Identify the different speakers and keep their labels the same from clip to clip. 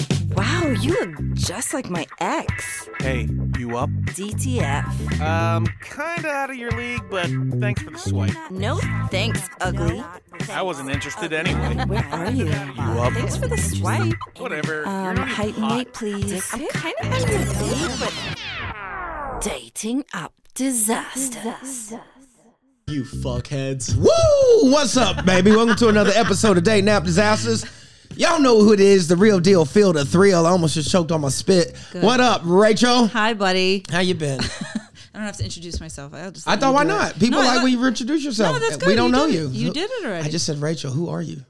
Speaker 1: Ew, you look just like my ex.
Speaker 2: Hey, you up?
Speaker 1: DTF.
Speaker 2: Um, kinda out of your league, but thanks for the swipe.
Speaker 1: No thanks, ugly.
Speaker 2: I wasn't interested anyway.
Speaker 1: Where are you?
Speaker 2: up?
Speaker 1: Thanks for the swipe.
Speaker 2: Whatever. You're
Speaker 1: Um,
Speaker 2: not even
Speaker 1: height and
Speaker 2: hot.
Speaker 1: weight, please. I'm kind of on your date, but dating up disasters.
Speaker 3: You fuckheads. Woo! What's up, baby? Welcome to another episode of Day Nap Disasters. Y'all know who it is, the real deal, feel the thrill. I almost just choked on my spit. What up, Rachel?
Speaker 4: Hi, buddy.
Speaker 3: How you been?
Speaker 4: I don't have to introduce myself. I'll just.
Speaker 3: I
Speaker 4: let
Speaker 3: thought
Speaker 4: you
Speaker 3: why
Speaker 4: do it.
Speaker 3: not? People
Speaker 4: No, I
Speaker 3: like
Speaker 4: lo-
Speaker 3: when you introduce yourself.
Speaker 4: No, that's good.
Speaker 3: We don't know
Speaker 4: did
Speaker 3: you.
Speaker 4: it. You did it already.
Speaker 3: I just said, Rachel, who are you?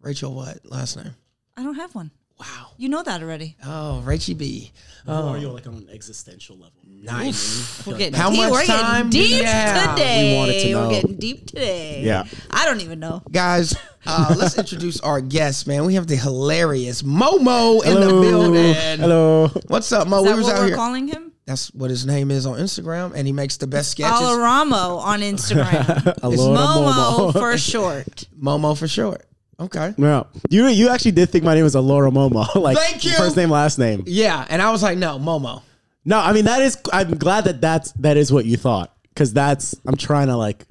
Speaker 3: Rachel what? Last name.
Speaker 4: I don't have one.
Speaker 3: Wow.
Speaker 4: You know that already.
Speaker 3: Oh, Rachie B. Oh,
Speaker 5: Or you're like on an existential level.
Speaker 3: Nice.
Speaker 4: We're getting
Speaker 3: How
Speaker 4: deep.
Speaker 3: much
Speaker 4: We're
Speaker 3: time?
Speaker 4: getting deep
Speaker 3: Yeah.
Speaker 4: today.
Speaker 3: We wanted to know.
Speaker 4: are getting deep today.
Speaker 5: Yeah.
Speaker 4: I don't even know.
Speaker 3: Guys, uh, let's introduce our guest, man. We have the hilarious Momo in the
Speaker 5: Hello.
Speaker 3: building.
Speaker 5: Hello.
Speaker 3: What's up, Mo?
Speaker 4: Is
Speaker 3: we
Speaker 4: that
Speaker 3: was
Speaker 4: what
Speaker 3: out
Speaker 4: we're
Speaker 3: here.
Speaker 4: calling him?
Speaker 3: That's what his name is on Instagram, and he makes the best sketches.
Speaker 4: Alaramo on Instagram. Momo for short.
Speaker 3: Momo for short. Okay.
Speaker 5: No, you you actually did think my name was Alora Momo, like
Speaker 3: Thank you.
Speaker 5: first name last name.
Speaker 3: Yeah, and I was like, no, Momo.
Speaker 5: No, I mean that is. I'm glad that that's that is what you thought because that's. I'm trying to like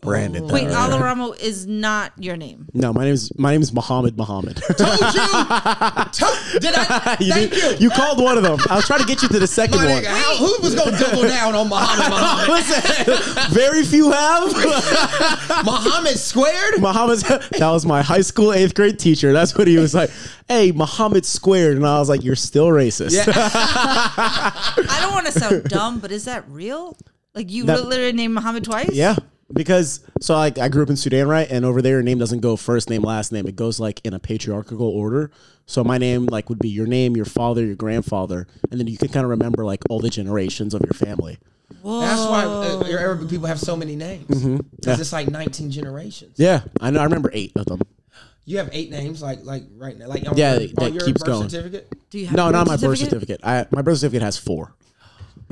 Speaker 5: brand it. That
Speaker 4: Wait,
Speaker 5: way.
Speaker 4: Alaramo is not your name.
Speaker 5: no, my name's my name's Muhammad Muhammad.
Speaker 3: Told you. To- did I? Thank you.
Speaker 5: You called one of them. I was trying to get you to the second
Speaker 3: My
Speaker 5: one.
Speaker 3: nigga, how- who was gonna double down on Muhammad? Muhammad,
Speaker 5: Listen, very few have.
Speaker 3: Muhammad squared.
Speaker 5: Muhammad's that was my high school eighth grade teacher. That's what he was like. Hey, Muhammad squared, and I was like, you're still racist.
Speaker 4: I don't want to sound dumb, but is that real? Like you
Speaker 5: That-
Speaker 4: literally named Muhammad twice?
Speaker 5: Yeah, because so like I grew up in Sudan, right? And over there, your name doesn't go first name, last name. It goes like in a patriarchal order. So my name like would be your name, your father, your grandfather, and then you can kind of remember like all the generations of your family.
Speaker 3: That's why uh, your Arabic people have so many names. Because it's like 19 generations.
Speaker 5: Yeah, I know. I remember eight of them.
Speaker 3: You have eight names, like like right now, like on
Speaker 5: Yeah,
Speaker 3: your,
Speaker 5: that
Speaker 3: on your
Speaker 5: keeps
Speaker 3: birth
Speaker 5: going.
Speaker 3: certificate.
Speaker 4: Do you have
Speaker 5: No,
Speaker 4: a
Speaker 5: not my birth certificate. I my birth certificate has four.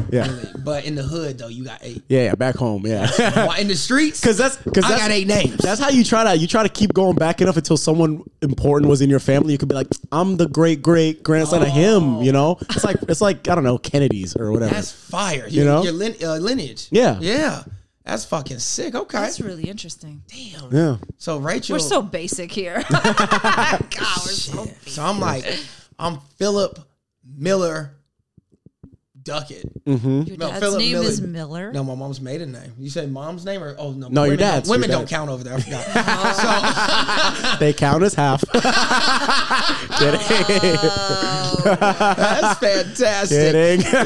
Speaker 5: Yeah,
Speaker 3: But in the hood though, you got eight.
Speaker 5: yeah, yeah. Back home, yeah.
Speaker 3: Why in the streets?
Speaker 5: Cause that's cause
Speaker 3: I
Speaker 5: that's,
Speaker 3: got eight names.
Speaker 5: That's how you try to you try to keep going back enough until someone important was in your family. You could be like, I'm the great great grandson of him. You know, it's like it's like I don't know Kennedy's or whatever.
Speaker 3: That's fire.
Speaker 5: You
Speaker 3: Your-
Speaker 5: know?
Speaker 3: your lin- uh, lineage.
Speaker 5: Yeah.
Speaker 3: yeah. That's fucking sick. Okay.
Speaker 4: That's really interesting.
Speaker 5: yeah.
Speaker 3: so Rachel.
Speaker 4: We're so basic here. God, we're so
Speaker 3: Yeah. So I'm like, I'm Philip Miller Duckett.
Speaker 5: Mm-hmm.
Speaker 4: Your
Speaker 3: No,
Speaker 4: dad's
Speaker 3: Philip
Speaker 4: name
Speaker 3: Miller.
Speaker 4: is Miller.
Speaker 3: No, my mom's maiden name. You say mom's name or oh no?
Speaker 5: No, your
Speaker 3: women don't-
Speaker 5: dad's, your
Speaker 3: Women don't
Speaker 5: dad's.
Speaker 3: count over there. I forgot.
Speaker 5: They count as half. Kidding.
Speaker 3: so that's fantastic.
Speaker 5: Kidding.
Speaker 4: You're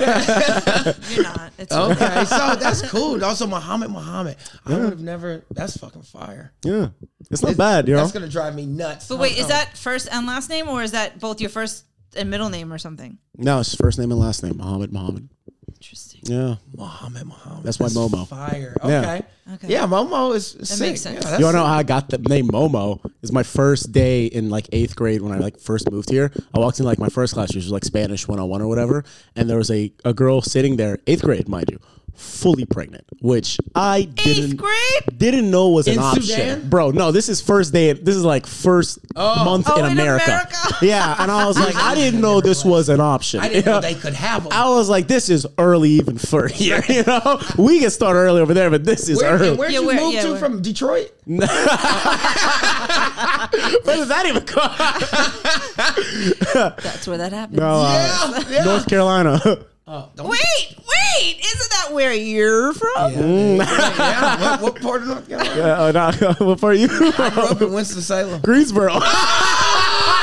Speaker 4: not. It's
Speaker 3: Okay, so that's cool. Also, Muhammad Muhammad. I would have never. That's fucking fire.
Speaker 5: yeah. It's not bad, you know.
Speaker 3: That's gonna drive me nuts.
Speaker 4: But wait, is that first and last name, or is that both your first and middle name, or something?
Speaker 5: No, it's first name and last name. Muhammad Muhammad.
Speaker 4: Interesting.
Speaker 5: Yeah.
Speaker 3: Muhammad Muhammad?
Speaker 5: That's why Momo.
Speaker 3: Fire.
Speaker 5: Yeah.
Speaker 3: Okay. Yeah.
Speaker 4: Okay.
Speaker 3: Momo is that sick.
Speaker 4: makes sense.
Speaker 3: Yeah, that's
Speaker 5: You wanna know how I got the name Momo? Is my first day in like eighth grade when I like first moved here. I walked in like my first class, which was like Spanish 101 or whatever, and there was a, a girl sitting there, eighth grade, mind you, fully pregnant, which I didn't
Speaker 4: Eighth grade.
Speaker 5: didn't know was an
Speaker 3: In
Speaker 5: option,
Speaker 3: Sudan?
Speaker 5: bro. No, this is first day. This is like first month
Speaker 4: Oh,
Speaker 5: in,
Speaker 4: in
Speaker 5: America.
Speaker 4: America.
Speaker 5: yeah, and I was like, I didn't know this was an option.
Speaker 3: I didn't know they could have them.
Speaker 5: I was like, this is early even for here. You know, we can start early over there, but this is
Speaker 3: Where,
Speaker 5: early.
Speaker 3: and where'd
Speaker 4: Yeah,
Speaker 3: you
Speaker 4: where-
Speaker 3: move
Speaker 4: yeah,
Speaker 3: to
Speaker 4: where-
Speaker 3: from Detroit?
Speaker 5: Where did that even come?
Speaker 4: That's where that happens.
Speaker 3: yeah, yeah.
Speaker 5: North Carolina.
Speaker 3: Oh, don't-
Speaker 4: Wait, wait, isn't that where you're from?
Speaker 3: Yeah, yeah, yeah. What, what part of North Carolina?
Speaker 5: Uh, no, what part are you?
Speaker 3: I grew up in Winston Salem.
Speaker 5: Greensboro. We're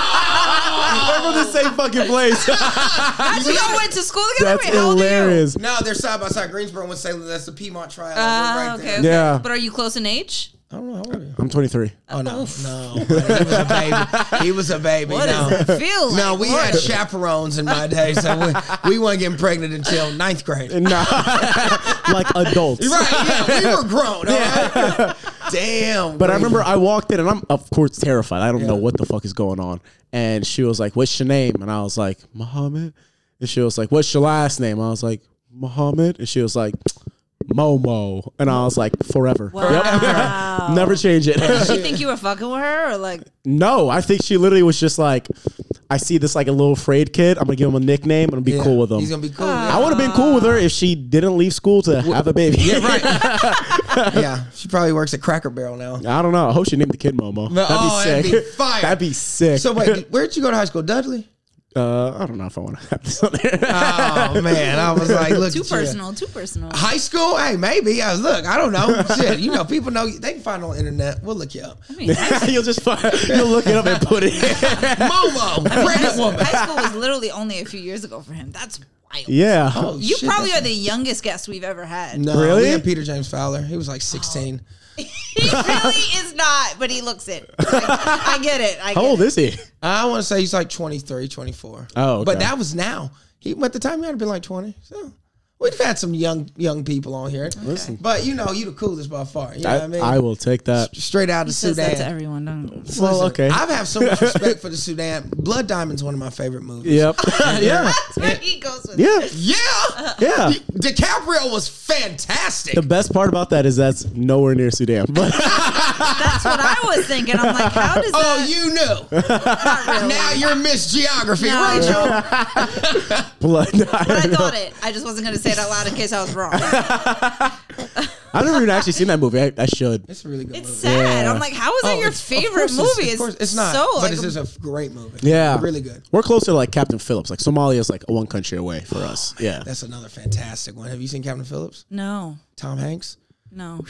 Speaker 5: from the same fucking place.
Speaker 4: How'd you all went to school together?
Speaker 5: That's
Speaker 4: wait, how old are you?
Speaker 5: hilarious.
Speaker 3: No, they're side by side. Greensboro and Winston Salem. That's the Piedmont Triad.
Speaker 4: Ah,
Speaker 3: right
Speaker 4: okay,
Speaker 3: there.
Speaker 4: okay.
Speaker 5: Yeah.
Speaker 4: But are you close in age?
Speaker 3: I don't know how old are you.
Speaker 5: I'm 23.
Speaker 3: Oh no, no, he was a baby. He was a baby.
Speaker 4: What
Speaker 3: no.
Speaker 4: does it feel like?
Speaker 3: No, we had
Speaker 4: Lord?
Speaker 3: chaperones in my day, so we, we weren't getting pregnant until ninth grade.
Speaker 5: Nah. like adults.
Speaker 3: Right, yeah, we were grown. All right? Damn.
Speaker 5: But I remember I walked in and I'm of course terrified. I don't know what the fuck is going on. And she was like, "What's your name?" And I was like, "Muhammad." And she was like, "What's your last name?" I was like, "Muhammad." And she was like, "Momo." And I was like, "Forever."
Speaker 4: Wow.
Speaker 5: Yep. Never change it.
Speaker 4: Did you think you were fucking with her, or like
Speaker 5: no, I think she literally was just like, I see this like a little afraid kid. I'm gonna give him a nickname. I'm gonna be
Speaker 3: Yeah.
Speaker 5: cool with him.
Speaker 3: He's gonna be cool.
Speaker 5: I
Speaker 4: Ah.
Speaker 5: would have been cool with her if she didn't leave school to have a baby.
Speaker 3: yeah. yeah, right. yeah, she probably works at Cracker Barrel now.
Speaker 5: I don't know. I hope she named the kid Momo. that'd be
Speaker 3: oh,
Speaker 5: sick.
Speaker 3: that'd be fire.
Speaker 5: That'd be sick.
Speaker 3: So wait, where'd you go to high school, Dudley?
Speaker 5: uh, I don't know if I want to have this on there.
Speaker 3: Oh man, I was like, look,
Speaker 4: Too
Speaker 3: at you.
Speaker 4: personal. Too personal.
Speaker 3: High school? Hey, maybe. I was, look, I don't know. Shit, you know, people know. you- They can find on the internet. We'll look you up.
Speaker 5: you'll just find, you'll look it up and put it. in.
Speaker 3: Momo, pregnant woman.
Speaker 4: High school was literally only a few years ago for him. That's wild.
Speaker 5: yeah.
Speaker 3: Oh,
Speaker 4: You
Speaker 3: shit,
Speaker 4: probably
Speaker 3: that's-
Speaker 4: are the youngest guest we've ever had.
Speaker 3: No,
Speaker 5: Really?
Speaker 3: we had Peter James Fowler. He was
Speaker 4: Oh.
Speaker 3: like 16.
Speaker 4: He really is not, but he looks it. Like, I get it. I get
Speaker 5: How old
Speaker 4: it.
Speaker 5: is he?
Speaker 3: I want to say he's like 23, 24.
Speaker 5: Oh, okay.
Speaker 3: but that was now. He at the time he had to be like 20. So we've had some young young people on here.
Speaker 5: Listen.
Speaker 3: But you know, you the coolest by far. You know what I
Speaker 5: I,
Speaker 3: mean?
Speaker 5: I will take that.
Speaker 3: Straight out
Speaker 4: He
Speaker 3: of
Speaker 4: says that to
Speaker 3: Sudan.
Speaker 4: everyone. Don't.
Speaker 5: Well,
Speaker 3: Listen,
Speaker 5: okay.
Speaker 3: I've have so much respect for the Sudan. Blood Diamond's one of my favorite movies.
Speaker 5: yep. yeah.
Speaker 4: That's where he goes with it.
Speaker 5: Yeah.
Speaker 3: Yeah.
Speaker 5: Yeah.
Speaker 3: DiCaprio was fantastic.
Speaker 5: The best part about that is that's nowhere near Sudan. But
Speaker 4: That's what I was thinking. I'm like, how does
Speaker 3: oh,
Speaker 4: that?
Speaker 3: you knew.
Speaker 4: not really.
Speaker 3: now you're Miss Geography,
Speaker 4: No.
Speaker 3: Rachel.
Speaker 5: blood.
Speaker 4: But
Speaker 5: I,
Speaker 4: I thought it. I just wasn't going to say it out loud in case I was wrong.
Speaker 5: have never even actually seen that movie. I, I should.
Speaker 3: It's a really good
Speaker 4: It's
Speaker 3: movie.
Speaker 4: sad.
Speaker 5: Yeah.
Speaker 4: I'm like, how is that
Speaker 3: Oh,
Speaker 4: your
Speaker 3: it's- of
Speaker 4: favorite
Speaker 3: course it's-
Speaker 4: movie?
Speaker 3: of course, it's not.
Speaker 4: So
Speaker 3: but
Speaker 4: like,
Speaker 3: it's just a f- great movie.
Speaker 5: Yeah.
Speaker 3: really good.
Speaker 5: We're closer to like Captain Phillips. Like Somalia's like one country away for us. Yeah.
Speaker 3: Oh, That's another fantastic one. Have you seen Captain Phillips?
Speaker 4: no,
Speaker 3: Tom Hanks.
Speaker 4: no.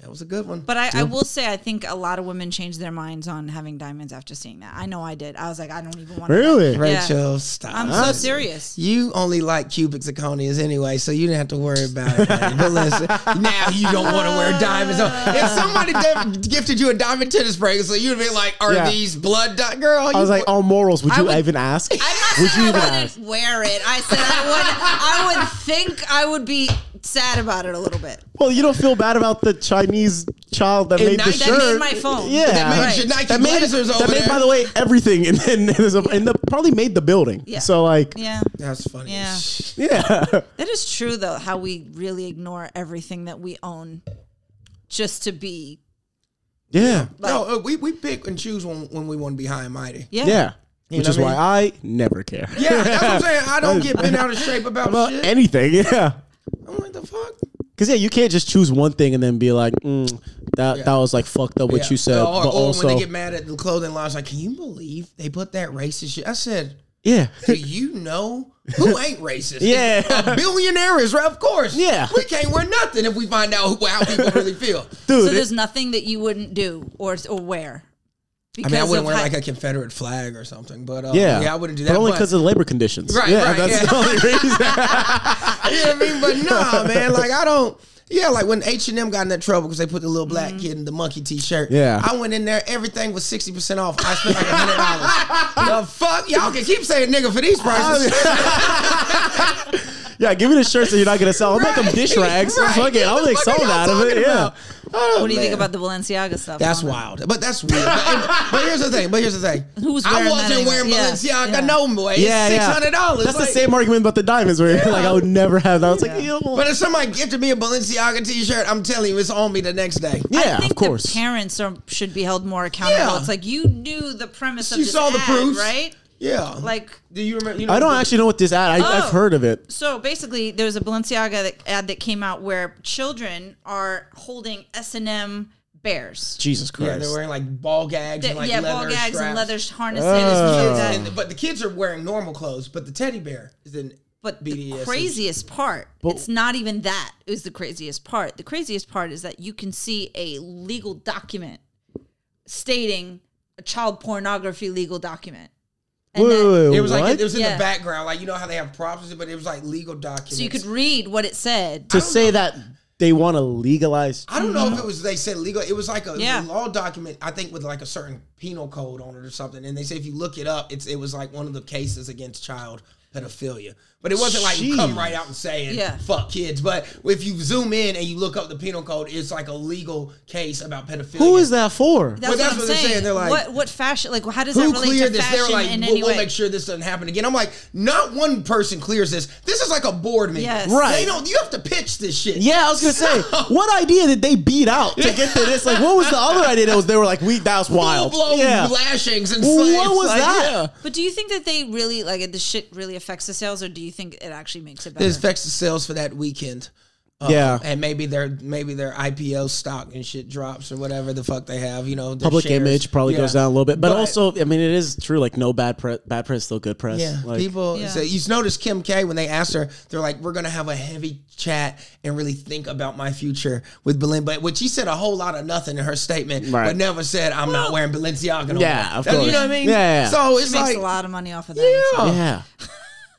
Speaker 3: That was a good one.
Speaker 4: But I, I will say, I think a lot of women changed their minds on having diamonds after seeing that. I know I did. I was like, I don't even want.
Speaker 5: Really?
Speaker 4: yeah.
Speaker 3: Rachel, stop.
Speaker 4: I'm so serious.
Speaker 3: you only like cubic zirconias anyway, so you didn't have to worry about it. Buddy. But listen, now you don't want to wear diamonds. If somebody def- gifted you a diamond tennis bracelet, you'd be like, "Are
Speaker 5: Yeah.
Speaker 3: these blood dot girl?"
Speaker 5: I was like, on morals, would you
Speaker 4: would-
Speaker 5: even ask?
Speaker 4: I'm not
Speaker 5: Would you
Speaker 4: saying
Speaker 5: even
Speaker 4: I
Speaker 5: ask?
Speaker 4: wouldn't wear it. I said I would. I would think I would be sad about it a little bit.
Speaker 5: Well, you don't feel bad about the Chinese child that
Speaker 3: In
Speaker 5: made the
Speaker 3: nineteen-
Speaker 4: That made
Speaker 5: shirt.
Speaker 4: my phone.
Speaker 5: Yeah.
Speaker 4: That made
Speaker 3: Right.
Speaker 4: your-
Speaker 3: Your Nike
Speaker 5: that made,
Speaker 3: blazers over
Speaker 5: that made
Speaker 3: there.
Speaker 5: by the way, everything, and then there's a, and the, probably made the building.
Speaker 4: Yeah.
Speaker 5: So like,
Speaker 4: Yeah.
Speaker 3: That's funny.
Speaker 4: Yeah.
Speaker 3: as shit.
Speaker 5: yeah,
Speaker 4: That is true, though, how we really ignore everything that we own just to be.
Speaker 5: yeah,
Speaker 3: no, uh, we, we pick and choose when, when we want to be high and mighty.
Speaker 4: Yeah.
Speaker 5: yeah.
Speaker 3: know
Speaker 5: Which is
Speaker 3: what I
Speaker 5: why I never care
Speaker 3: Yeah, that's what I'm saying. I don't get bent out of shape about,
Speaker 5: about
Speaker 3: shit.
Speaker 5: anything. Yeah,
Speaker 3: I'm like, the fuck?
Speaker 5: because yeah, you can't just choose one thing and then be like, mm, that that was like fucked up what
Speaker 3: Yeah.
Speaker 5: you said,
Speaker 3: Or,
Speaker 5: but
Speaker 3: or when
Speaker 5: also
Speaker 3: they get mad at the clothing lines, like, can you believe they put that racist shit? I said,
Speaker 5: yeah,
Speaker 3: do you know who ain't racist?
Speaker 5: yeah,
Speaker 3: A billionaire is right, of course.
Speaker 5: Yeah.
Speaker 3: We can't wear nothing if we find out who, how people really feel.
Speaker 4: So
Speaker 5: dude.
Speaker 4: there's nothing that you wouldn't do or, or wear.
Speaker 3: I mean, I
Speaker 4: of
Speaker 3: wouldn't wear
Speaker 4: how-
Speaker 3: like a Confederate flag or something, but uh, yeah.
Speaker 5: yeah.
Speaker 3: I wouldn't do
Speaker 5: But
Speaker 3: that.
Speaker 5: only
Speaker 3: but-
Speaker 5: because of labor conditions.
Speaker 3: Right,
Speaker 5: yeah,
Speaker 3: right,
Speaker 5: that's
Speaker 3: yeah.
Speaker 5: the only reason.
Speaker 3: You know what I mean? But nah, man. Like I don't. Yeah, like when H and M got in that trouble because they put the little
Speaker 4: Mm-hmm.
Speaker 3: black kid in the monkey T-shirt.
Speaker 5: Yeah.
Speaker 3: I went in there. Everything was sixty percent off. I spent like hundred dollars. the fuck, y'all can keep saying nigga for these prices.
Speaker 5: yeah, give me the shirts that you're not gonna sell. I'll make them dish rags.
Speaker 3: Right.
Speaker 5: Fuck it, I'll
Speaker 3: What the
Speaker 5: make
Speaker 3: fuck are
Speaker 5: something
Speaker 3: y'all
Speaker 5: out of it.
Speaker 3: talking
Speaker 5: Yeah.
Speaker 3: about? Oh,
Speaker 4: What do you think
Speaker 3: man.
Speaker 4: about the Balenciaga stuff?
Speaker 3: That's
Speaker 4: I don't know.
Speaker 3: wild, but that's weird. But, but here's the thing. But here's the thing.
Speaker 4: Who's
Speaker 3: I
Speaker 4: wearing that
Speaker 3: wasn't
Speaker 4: anyway?
Speaker 3: wearing
Speaker 4: Yeah,
Speaker 3: Balenciaga
Speaker 4: yeah.
Speaker 3: no more. It's
Speaker 5: Yeah,
Speaker 3: six
Speaker 5: yeah.
Speaker 3: hundred dollars.
Speaker 5: That's the same argument about the diamonds, where you're like, I would never have that. It's like, yeah, well,
Speaker 3: But if somebody gifted me a Balenciaga T-shirt, I'm telling you, it's on me the next day.
Speaker 4: I
Speaker 5: yeah,
Speaker 4: think
Speaker 5: of course.
Speaker 4: The parents are, should be held more accountable.
Speaker 3: Yeah.
Speaker 4: It's like you knew the premise of
Speaker 3: You
Speaker 4: this
Speaker 3: saw the
Speaker 4: ad,
Speaker 3: proofs.
Speaker 4: right?
Speaker 3: Yeah.
Speaker 4: Like
Speaker 3: do you remember? You know
Speaker 5: I don't actually know what this ad. I, I've
Speaker 4: Oh.
Speaker 5: heard of it.
Speaker 4: So basically, there was a Balenciaga that, ad that came out where children are holding S and M bears.
Speaker 5: Jesus
Speaker 3: Yeah,
Speaker 5: Christ.
Speaker 3: they're wearing like ball gags
Speaker 4: That-
Speaker 3: and like
Speaker 4: yeah,
Speaker 3: leather
Speaker 4: ball gags
Speaker 3: straps.
Speaker 4: and leather harnesses.
Speaker 5: Oh.
Speaker 4: and
Speaker 3: And- but the kids are wearing normal clothes, but the teddy bear is in.
Speaker 4: But
Speaker 3: BDSM.
Speaker 4: the craziest part, it's not even that is the craziest part. The craziest part is that you can see a legal document stating a child pornography legal document. And
Speaker 5: wait,
Speaker 4: that-
Speaker 5: wait, wait,
Speaker 3: It was like
Speaker 5: what?
Speaker 3: it was in the
Speaker 4: Yeah.
Speaker 3: background, like you know how they have props, but it was like legal documents.
Speaker 4: So you could read what it said.
Speaker 5: to say that they want to legalize.
Speaker 3: I don't know if it was they said legal. It was like a
Speaker 4: Yeah.
Speaker 3: law document, I think, with like a certain penal code on it or something. And they say if you look it up, it's it was like one of the cases against child pedophilia. But it wasn't like you come
Speaker 5: Jeez.
Speaker 3: right out and saying
Speaker 4: Yeah.
Speaker 3: fuck kids. But if you zoom in and you look up the penal code, it's like a legal case about pedophilia.
Speaker 5: Who is that for?
Speaker 4: That's,
Speaker 3: that's
Speaker 4: what I'm
Speaker 3: what they're
Speaker 4: saying.
Speaker 3: saying. They're like,
Speaker 4: what what fashion? Like, how does that
Speaker 3: Who
Speaker 4: relate to
Speaker 3: cleared this?
Speaker 4: fashion
Speaker 3: They're like,
Speaker 4: in
Speaker 3: we'll,
Speaker 4: any
Speaker 3: we'll
Speaker 4: way?
Speaker 3: make sure this doesn't happen again. I'm like, not one person clears this. This is like a board meeting.
Speaker 4: Yes.
Speaker 5: Right.
Speaker 3: They don't. You have to pitch this shit.
Speaker 5: Yeah, I was gonna say, what idea did they beat out to get to this? Like, what was the other idea that was? They were like, we that was
Speaker 3: Full
Speaker 5: wild.
Speaker 3: blown
Speaker 5: Yeah,
Speaker 3: lashings and
Speaker 5: Well,
Speaker 3: slaves.
Speaker 5: what was
Speaker 3: Like,
Speaker 5: that?
Speaker 3: yeah.
Speaker 4: But do you think that they really like the shit really affects the sales, or do you think it actually makes it better?
Speaker 3: This affects the sales for that weekend. Uh,
Speaker 5: Yeah.
Speaker 3: and maybe their maybe their IPO stock and shit drops or whatever the fuck they have. You know, their
Speaker 5: public
Speaker 3: shares.
Speaker 5: image probably
Speaker 3: Yeah.
Speaker 5: goes down a little bit, but, also, I mean, it is true. Like, no bad press, bad press, still good press.
Speaker 3: Yeah,
Speaker 5: like,
Speaker 3: people.
Speaker 4: Yeah.
Speaker 3: So you notice Kim K when they asked her, they're like, "We're gonna have a heavy chat and really think about my future with Belen." But which she said a whole lot of nothing in her statement,
Speaker 5: Right.
Speaker 3: but never said, "I'm not wearing Balenciaga." No
Speaker 5: Yeah,
Speaker 3: more."
Speaker 5: of
Speaker 3: That- You
Speaker 5: course.
Speaker 3: know what I mean?
Speaker 5: Yeah, yeah, yeah.
Speaker 3: So uh, it's
Speaker 4: makes
Speaker 3: like,
Speaker 4: a lot of money off of that.
Speaker 3: yeah.
Speaker 5: yeah,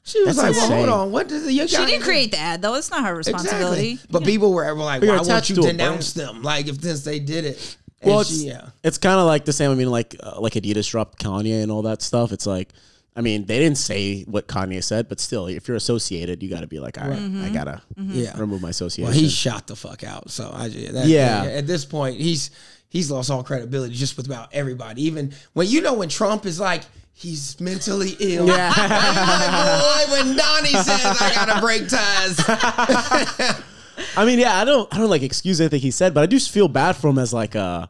Speaker 3: She was
Speaker 5: That's
Speaker 3: like, "Well, hold
Speaker 5: insane.
Speaker 3: on, what does the you
Speaker 4: She
Speaker 3: guys-
Speaker 4: didn't create the ad though. It's not her responsibility.
Speaker 3: Exactly. But people were, were like,
Speaker 5: But you're
Speaker 3: "Why won't
Speaker 5: attached
Speaker 3: you
Speaker 5: to a
Speaker 3: denounce them?" Like if since they did it, and
Speaker 5: Well, it's,
Speaker 3: she, yeah.
Speaker 5: it's kind of like the same. I mean, like uh, like Adidas dropped Kanye and all that stuff. It's like, I mean, they didn't say what Kanye said, but still, if you're associated, you got to be like, all right, I gotta
Speaker 3: Yeah.
Speaker 5: remove my association.
Speaker 3: Mm-hmm. Well, he shot the fuck out. So I ju- that,
Speaker 5: Yeah.
Speaker 3: At this point, he's he's lost all credibility just with about everybody. Even when you know when Trump is like. He's mentally ill. Yeah. boy, when Donnie says I gotta break ties,
Speaker 5: I mean, yeah, I don't, I don't like excuse anything he said, but I do just feel bad for him as like a,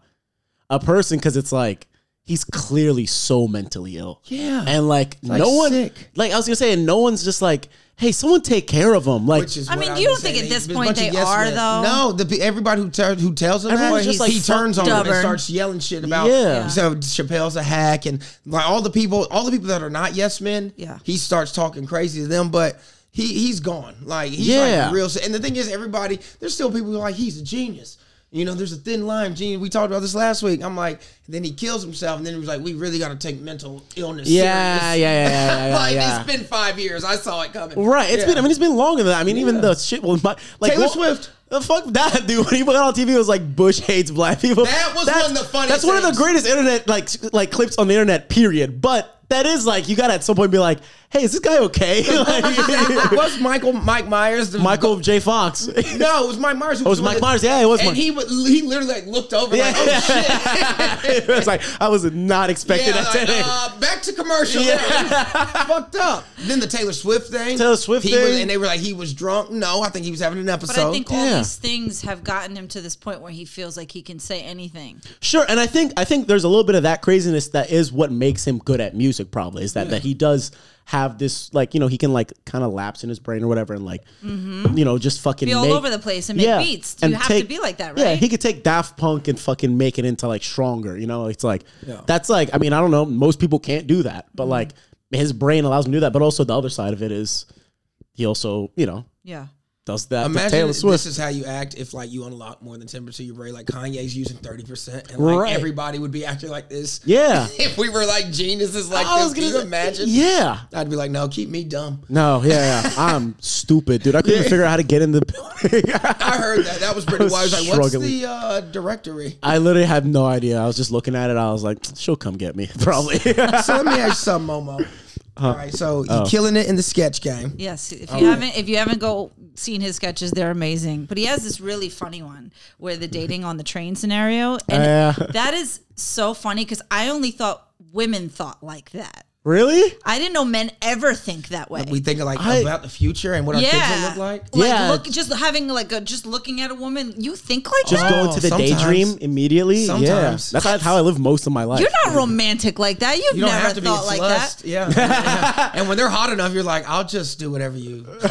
Speaker 5: a person because it's like he's clearly so mentally ill.
Speaker 3: Yeah.
Speaker 5: and like, no one,
Speaker 3: sick.
Speaker 5: like I was gonna say, and no one's just like, hey, someone take care of him. Like,
Speaker 3: which is
Speaker 4: I
Speaker 3: what
Speaker 4: mean,
Speaker 3: I've
Speaker 4: you
Speaker 3: been
Speaker 4: don't think
Speaker 3: saying.
Speaker 4: at this
Speaker 3: He's a
Speaker 4: point
Speaker 3: bunch of
Speaker 4: they
Speaker 3: yes
Speaker 4: are,
Speaker 3: men.
Speaker 4: though?
Speaker 3: No, the pe- everybody who tur- who tells him
Speaker 5: Everyone's
Speaker 3: that
Speaker 5: just,
Speaker 3: he
Speaker 5: like,
Speaker 3: turns on him and
Speaker 4: stubborn.
Speaker 3: starts yelling shit about.
Speaker 5: Yeah.
Speaker 3: Yeah. So Chappelle's a hack, and like all the people, all the people that are not yes men.
Speaker 4: Yeah.
Speaker 3: He starts talking crazy to them, but. He, he's gone. Like he's
Speaker 5: Yeah.
Speaker 3: like real. And the thing is, everybody there's still people who are like he's a genius. You know, there's a thin line. Genius. We talked about this last week. I'm like, then he kills himself, and then he was like, we really got to take mental illness.
Speaker 5: yeah, yeah, yeah,
Speaker 3: serious.
Speaker 5: yeah, yeah, yeah,
Speaker 3: like
Speaker 5: yeah.
Speaker 3: it's been five years. I saw it coming.
Speaker 5: Right. It's
Speaker 3: Yeah.
Speaker 5: been. I mean, it's been longer than that. I mean, even the shit. Well, my, like
Speaker 3: Taylor
Speaker 5: well,
Speaker 3: Swift.
Speaker 5: uh, Fuck that, dude. When he went on TV, it was like Bush hates black people.
Speaker 3: That was one of the funniest
Speaker 5: That's one of the
Speaker 3: things.
Speaker 5: greatest internet like s- like clips on the internet. Period. But that is like you got to at some point be like, hey, is this guy okay? Like,
Speaker 3: was Michael Mike Myers the
Speaker 5: Michael J. Fox. it
Speaker 3: No, it was Mike Myers. It
Speaker 5: was Mike Myers. Yeah, it was.
Speaker 3: And
Speaker 5: Mike.
Speaker 3: he would, he literally like looked over
Speaker 5: yeah.
Speaker 3: like, oh shit.
Speaker 5: it was like I was not expecting
Speaker 3: Yeah,
Speaker 5: that.
Speaker 3: like,
Speaker 5: today.
Speaker 3: uh, back to commercial. Fucked up. Then the Taylor Swift thing.
Speaker 5: Taylor Swift
Speaker 3: he Was,
Speaker 5: thing.
Speaker 3: and they were like, he was drunk. No, I think he was having an
Speaker 4: But
Speaker 3: episode.
Speaker 4: I think all
Speaker 5: yeah.
Speaker 4: these things have gotten him to this point where he feels like he can say anything.
Speaker 5: Sure, and I think I think there's a little bit of that craziness that is what makes him good at music. Probably is that that he does have this like you know he can like kind of lapse in his brain or whatever and like you know just fucking
Speaker 4: Mm-hmm. Be all
Speaker 5: make-
Speaker 4: over the place and make beats. You have to be like that,
Speaker 5: Yeah,
Speaker 4: right?
Speaker 5: he could take Daft Punk and fucking make it into like stronger. You know, it's like that's like I mean I don't know most people can't do that, but
Speaker 4: Mm-hmm.
Speaker 5: like his brain allows him to do that. But also the other side of it is he also you know
Speaker 4: Yeah.
Speaker 5: does that. to
Speaker 3: Imagine
Speaker 5: Taylor Swift.
Speaker 3: this is how you act if like you unlock more than ten percent of your brain. Like Kanye's using thirty percent, and like
Speaker 5: Right.
Speaker 3: everybody would be acting like this.
Speaker 5: yeah,
Speaker 3: If we were like geniuses like
Speaker 5: I was
Speaker 3: this, can you
Speaker 5: gonna say-
Speaker 3: imagine?
Speaker 5: Yeah,
Speaker 3: I'd be like, no, keep me dumb.
Speaker 5: No, yeah, yeah. I'm stupid, dude. I couldn't figure out how to get in the building.
Speaker 3: I heard that. That was pretty
Speaker 5: was
Speaker 3: wild. I was like, what's
Speaker 5: struggling.
Speaker 3: the uh, directory?
Speaker 5: I literally had no idea. I was just looking at it. I was like, she'll come get me, probably. yeah,
Speaker 3: so let me ask you something, Momo. All right, so
Speaker 5: Oh.
Speaker 3: you're killing it in the sketch game.
Speaker 4: Yes, if you haven't if you haven't go seen his sketches, they're amazing. But he has this really funny one where the dating on the train scenario, and
Speaker 5: Yeah.
Speaker 4: that is so funny because I only thought women thought like that.
Speaker 5: really?
Speaker 4: I didn't know men ever think that way.
Speaker 3: We thinking like
Speaker 5: I-
Speaker 3: about the future and what our kids will
Speaker 4: yeah,
Speaker 3: look like.
Speaker 5: Yeah.
Speaker 4: look, just having like a, just looking at a woman, you think like
Speaker 5: Just
Speaker 4: that.
Speaker 5: go into the
Speaker 3: Oh, sometimes.
Speaker 5: daydream immediately.
Speaker 3: Sometimes.
Speaker 5: Yeah, that's how I live most of my life.
Speaker 4: You're not romantic like that. You've
Speaker 3: You don't
Speaker 4: never
Speaker 3: have to be
Speaker 4: thought
Speaker 3: it's
Speaker 4: like
Speaker 3: lust.
Speaker 4: that.
Speaker 3: Yeah. Yeah. And when they're hot enough, you're like, I'll just do whatever you.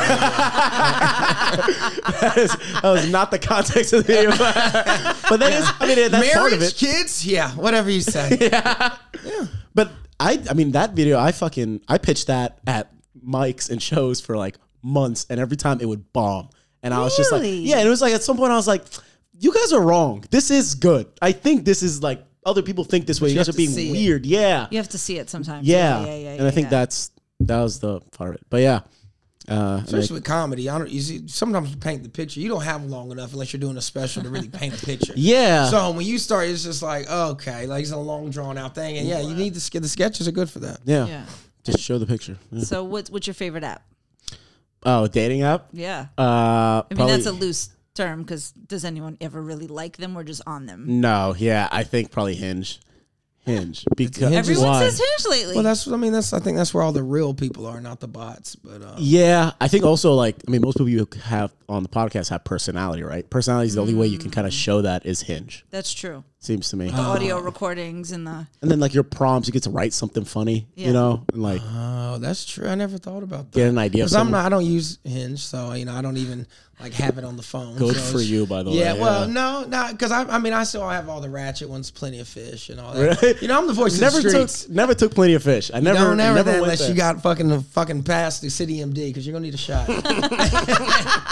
Speaker 5: that, is, that was not the context of the video, but that is. I mean, that's part of
Speaker 3: Marriage,
Speaker 5: it.
Speaker 3: kids, yeah, whatever you say.
Speaker 5: But I, I mean, that video, I fucking, I pitched that at mics and shows for like months, and every time it would bomb, and I was just like,
Speaker 4: Really?
Speaker 5: yeah, and it was like at some point I was like, you guys are wrong. This is good. I think this is like other people think this way. You
Speaker 3: you
Speaker 5: guys are
Speaker 3: have to
Speaker 5: being
Speaker 3: see it.
Speaker 5: weird. Yeah.
Speaker 4: You have to see it sometimes.
Speaker 5: yeah,
Speaker 4: yeah, yeah.
Speaker 5: And I think
Speaker 4: yeah.
Speaker 5: that's that was the part of it. But yeah, uh, and
Speaker 3: Especially with comedy, I don't. You see, sometimes you paint the picture. You don't have long enough unless you're doing a special to really paint the picture.
Speaker 5: Yeah.
Speaker 3: So when you start, it's just like okay, like it's a long drawn out thing, and yeah, you need the ske- the sketches are good for that.
Speaker 5: I- yeah.
Speaker 4: yeah.
Speaker 5: Just show the picture. Yeah.
Speaker 4: So what's what's your favorite app?
Speaker 5: Oh, dating app.
Speaker 4: Yeah,
Speaker 5: Uh, I
Speaker 4: I mean that's a loose term because does anyone ever really like them or just on them?
Speaker 5: no. Yeah, I think probably Hinge. Hinge because
Speaker 3: Hinge is-
Speaker 4: Everyone
Speaker 5: why?
Speaker 4: says Hinge lately.
Speaker 3: Well, that's I mean that's I think that's where all the real people are, not the bots. But
Speaker 5: Mm.
Speaker 3: uh,
Speaker 5: Yeah, I think also like I mean most people you have on the podcast have personality, right? Personality is the only way you can kind of show that is Hinge.
Speaker 4: that's true.
Speaker 5: Seems to me.
Speaker 4: The audio recordings and the
Speaker 5: And then like your prompts, you get to write something funny,
Speaker 4: Yeah.
Speaker 5: you know, and like
Speaker 3: oh, that's true. I never thought about that.
Speaker 5: get an idea. Of
Speaker 3: Because I'm
Speaker 5: someone.
Speaker 3: not, I don't use Hinge, so you know I don't even like have it on the phone.
Speaker 5: Good
Speaker 3: so it's-
Speaker 5: for you, by the
Speaker 3: Yeah,
Speaker 5: way,
Speaker 3: well,
Speaker 5: yeah.
Speaker 3: no, not because I, I mean I still have all the ratchet ones, plenty of fish and all that.
Speaker 5: Really?
Speaker 3: You know I'm the voice
Speaker 5: never
Speaker 3: of the
Speaker 5: took
Speaker 3: streets.
Speaker 5: never took plenty of fish. I never
Speaker 3: don't ever
Speaker 5: never
Speaker 3: that
Speaker 5: went
Speaker 3: unless
Speaker 5: there.
Speaker 3: you got fucking the fucking pass through City MD because you're gonna need a shot.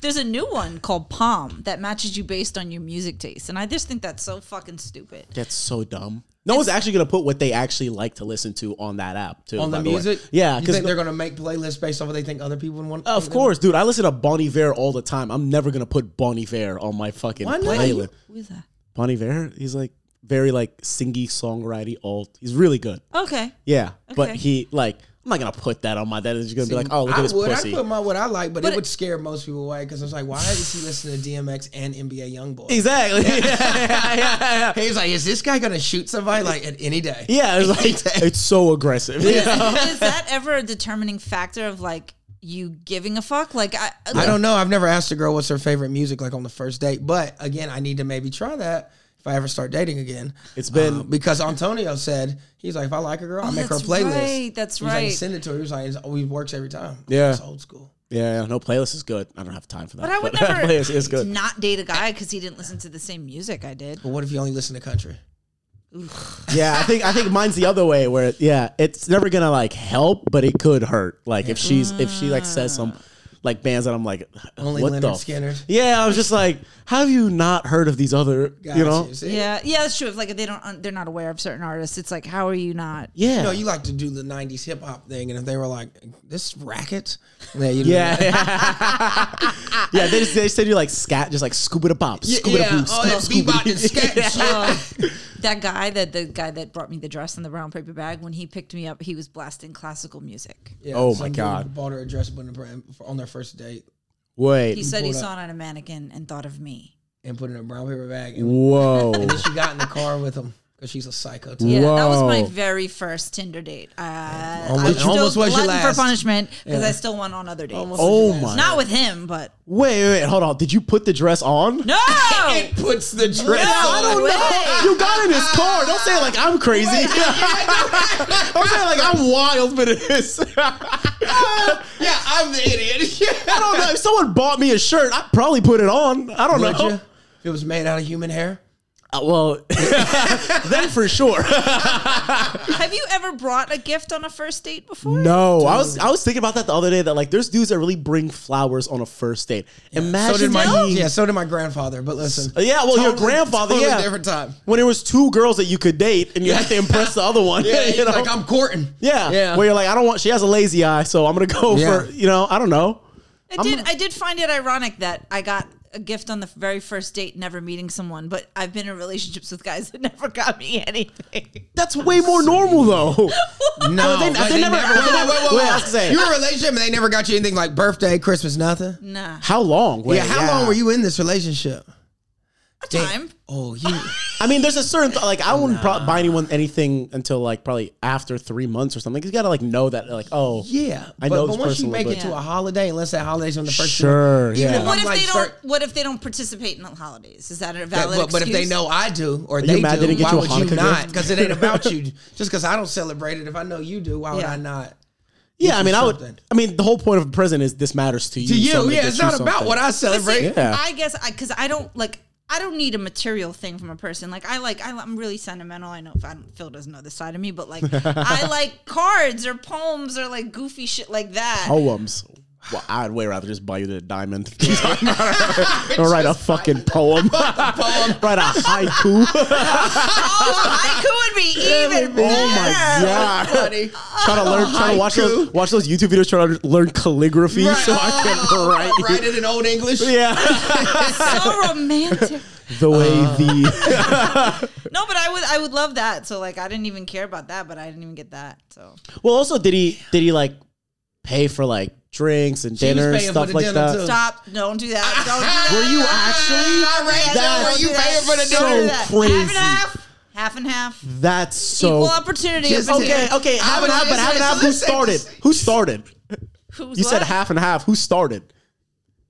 Speaker 4: there's a new one called Palm that matches you based on your music taste, and I just think that's so fucking stupid.
Speaker 5: That's so dumb. No one's actually gonna put what they actually like to listen to on that app too.
Speaker 3: on the
Speaker 5: by way.
Speaker 3: music.
Speaker 5: yeah,
Speaker 3: you
Speaker 5: because
Speaker 3: think they're gonna make playlists based on what they think other people would want.
Speaker 5: of course, dude. I listen to Bonnie Vare all the time. I'm never gonna put Bonnie Vare on my fucking
Speaker 3: Why not?
Speaker 5: playlist.
Speaker 4: Who is that?
Speaker 5: Bonnie Vare, he's like very like singy songwriting alt. He's really good.
Speaker 4: Okay,
Speaker 5: Yeah, but
Speaker 4: Okay.
Speaker 5: he like I'm not gonna put that on my. That is gonna be like, oh look
Speaker 3: I
Speaker 5: at this
Speaker 3: would.
Speaker 5: pussy.
Speaker 3: I put my what I like, but,
Speaker 4: But
Speaker 3: it
Speaker 4: it-
Speaker 3: would scare most people away because I was like, why is he listening to DMX and NBA YoungBoy?
Speaker 5: exactly. Yeah, yeah, yeah, yeah.
Speaker 3: He was like, is this guy gonna shoot somebody like at any day?
Speaker 5: Yeah, it's like it's so aggressive. you
Speaker 4: is,
Speaker 5: know?
Speaker 4: is that ever a determining factor of like you giving a fuck? Like I,
Speaker 3: I don't know. I've never asked a girl what's her favorite music like on the first date. But again, I need to maybe try that if I ever start dating again. Um,
Speaker 5: It's been-
Speaker 4: Um,
Speaker 3: because Antonio said he's like, if I like a girl, I will make her
Speaker 4: Oh,
Speaker 3: a
Speaker 4: that's
Speaker 3: playlist.
Speaker 4: right, that's
Speaker 3: He was Like,
Speaker 4: right.
Speaker 3: send it to her. He was like, it always works every time.
Speaker 5: Yeah.
Speaker 3: it's old school.
Speaker 5: Yeah, yeah, no playlist is good. I don't have time for that.
Speaker 4: But I would
Speaker 5: playlist is
Speaker 4: never
Speaker 5: good.
Speaker 4: not date a guy because he didn't listen to the same music I did.
Speaker 3: But what if you only listen to country?
Speaker 5: Yeah, I think I think mine's the other way where yeah, it's never gonna like help, but it could hurt. Like if she's if she like says some like bands that I'm like
Speaker 3: Only
Speaker 5: what
Speaker 3: Leonard
Speaker 5: the f-
Speaker 3: Skinner.
Speaker 5: Yeah, I was just like, how have you not heard of these other
Speaker 3: Got
Speaker 5: you know?
Speaker 3: see?
Speaker 4: Yeah, yeah, that's true. If like they don't, they're not aware of certain artists. It's like, how are you not?
Speaker 5: Yeah.
Speaker 3: You know, you like to do the '90s hip hop thing, and if they were like, "This racket," yeah, you
Speaker 5: Yeah. yeah, they just they said you like scat, just like scuba da pop,
Speaker 3: yeah,
Speaker 5: scuba da
Speaker 3: yeah,
Speaker 5: boop,
Speaker 3: all that
Speaker 5: scuba
Speaker 3: bebop and scat and shit.
Speaker 4: That guy, that the guy that brought me the dress and the brown paper bag, when he picked me up, he was blasting classical music.
Speaker 3: Yeah,
Speaker 5: Oh,
Speaker 3: some
Speaker 5: my
Speaker 3: dude
Speaker 5: God.
Speaker 3: Bought her a dress but on their first date
Speaker 5: Wait,
Speaker 4: He said he
Speaker 3: pulled
Speaker 4: saw it on a mannequin and thought of me.
Speaker 3: and put it in a brown paper bag, and
Speaker 5: whoa,
Speaker 3: then she got in the car with him because she's a psycho. Too.
Speaker 4: Yeah, that was my
Speaker 5: Whoa.
Speaker 4: very first Tinder date. Uh,
Speaker 3: Almost-
Speaker 4: I'm still
Speaker 3: almost was your
Speaker 4: glutton
Speaker 3: last.
Speaker 4: for punishment because I still went on other dates.
Speaker 5: oh my,
Speaker 4: Not with him, but
Speaker 5: wait, wait, wait, hold on, did you put the dress on?
Speaker 4: no.
Speaker 3: It puts the dress
Speaker 4: I
Speaker 3: on.
Speaker 4: don't know.
Speaker 5: You got in his car. Don't say it like I'm crazy. don't say it like I'm wild for this. I
Speaker 3: Yeah, I'm the idiot.
Speaker 5: don't know. If someone bought me a shirt, I'd probably put it on. I don't
Speaker 3: Would
Speaker 5: know.
Speaker 3: you? If it was made out of human hair.
Speaker 5: Uh, well, then for sure.
Speaker 4: Have you ever brought a gift on a first date before?
Speaker 5: No, I was I was thinking about that the other day. That like, there's dudes that really bring flowers on a first date. Imagine
Speaker 3: So did my
Speaker 5: being-
Speaker 3: yeah. So did my grandfather. But listen,
Speaker 5: Yeah, well, your grandfather,
Speaker 3: totally
Speaker 5: yeah.
Speaker 3: different time.
Speaker 5: when there was two girls that you could date and you had to impress the other one.
Speaker 3: Yeah,
Speaker 5: you
Speaker 3: he's
Speaker 5: know?
Speaker 3: like I'm courting.
Speaker 5: yeah,
Speaker 3: yeah.
Speaker 5: Where you're like, I don't want. She has a lazy eye, so I'm gonna go
Speaker 3: Yeah.
Speaker 5: for you know. I don't know.
Speaker 4: I did. I did find it ironic that I got a gift on the very first date, never meeting someone. But I've been in relationships with guys that never got me anything.
Speaker 5: That's way more normal though.
Speaker 3: No,
Speaker 5: they-
Speaker 3: like,
Speaker 5: they never-
Speaker 3: Wait, wait, wait, wait,
Speaker 5: Wait, I was gonna say-
Speaker 3: You were in a relationship and they never got you anything like birthday, Christmas, nothing.
Speaker 4: Nah,
Speaker 5: How long? Wait,
Speaker 3: yeah. How long were you in this relationship?
Speaker 4: a time.
Speaker 3: Oh, you.
Speaker 5: I mean, there's a certain th- like I wouldn't pro- buy anyone anything until like probably after three months or something. You gotta like know that like oh
Speaker 3: Yeah,
Speaker 5: I
Speaker 3: but,
Speaker 5: know
Speaker 3: but
Speaker 5: this
Speaker 3: once you
Speaker 5: person a
Speaker 3: make
Speaker 5: little
Speaker 3: it
Speaker 5: bit.
Speaker 3: to a holiday, unless that holiday's on the first,
Speaker 5: Sure,
Speaker 3: even
Speaker 5: yeah.
Speaker 3: if
Speaker 4: What
Speaker 3: I'm
Speaker 4: if
Speaker 3: like,
Speaker 4: they don't?
Speaker 3: start,
Speaker 4: what if they don't participate in the holidays? Is that a
Speaker 3: that-
Speaker 4: valid?
Speaker 3: but, but if they
Speaker 4: excuse?
Speaker 3: know I do or they do,
Speaker 5: mad they didn't get
Speaker 3: why
Speaker 5: you a
Speaker 3: would
Speaker 5: Hanukkah
Speaker 3: you
Speaker 5: gift?
Speaker 3: not? Because it ain't about you. Just because I don't celebrate it, if I know you do, why would
Speaker 4: Yeah.
Speaker 3: I not?
Speaker 5: yeah. I mean, I would.
Speaker 3: something.
Speaker 5: I mean, the whole point of a present is this matters to you.
Speaker 3: To you,
Speaker 5: so I'm gonna
Speaker 3: yeah,
Speaker 5: get
Speaker 3: it's
Speaker 5: you
Speaker 3: not about
Speaker 5: something.
Speaker 3: what I
Speaker 4: But see,
Speaker 3: celebrate.
Speaker 5: Yeah.
Speaker 4: I guess I because I don't like I don't need a material thing from a person. Like I like I, I'm really sentimental. I know if I don't, Phil doesn't know this side of
Speaker 5: Oh.
Speaker 4: me, but like I like cards or poems or like goofy shit like that.
Speaker 5: poems. Well, I'd way rather just buy you the diamond or write a fucking poem. write a haiku.
Speaker 4: Oh, haiku would be even
Speaker 5: oh
Speaker 4: better.
Speaker 5: my god! Trying to learn, trying to watch those,
Speaker 3: Haiku.
Speaker 5: watch those YouTube videos, trying to learn calligraphy so I can write.
Speaker 3: Write it in old English.
Speaker 5: Yeah,
Speaker 4: So romantic.
Speaker 5: the way the
Speaker 3: Uh.
Speaker 4: No, but I would I would love that. So like I didn't even care about that, but I didn't even get that. So
Speaker 5: well, also did he did he like pay for like drinks and
Speaker 3: was
Speaker 5: dinner and
Speaker 3: paying for
Speaker 5: stuff
Speaker 3: the
Speaker 5: like
Speaker 3: dinner,
Speaker 5: that?
Speaker 3: too.
Speaker 4: stop! Don't do that. Don't do that.
Speaker 5: Oh. Were you
Speaker 4: Don't do
Speaker 5: actually? That's
Speaker 4: that. Don't
Speaker 5: were you
Speaker 4: do that.
Speaker 5: paying for the
Speaker 4: Don't do
Speaker 5: dinner?
Speaker 4: that.
Speaker 5: So
Speaker 4: Half and
Speaker 5: crazy.
Speaker 4: half. Half and half.
Speaker 5: That's so
Speaker 4: Equal opportunity.
Speaker 3: Just
Speaker 5: Okay,
Speaker 4: opportunity.
Speaker 5: okay. Half
Speaker 3: would
Speaker 5: and half, but
Speaker 3: honestly
Speaker 5: half and half. Who
Speaker 3: say- so let's say
Speaker 5: started?
Speaker 3: this-
Speaker 5: Who started?
Speaker 4: Who's
Speaker 5: You said
Speaker 4: what?
Speaker 5: half and half. Who started?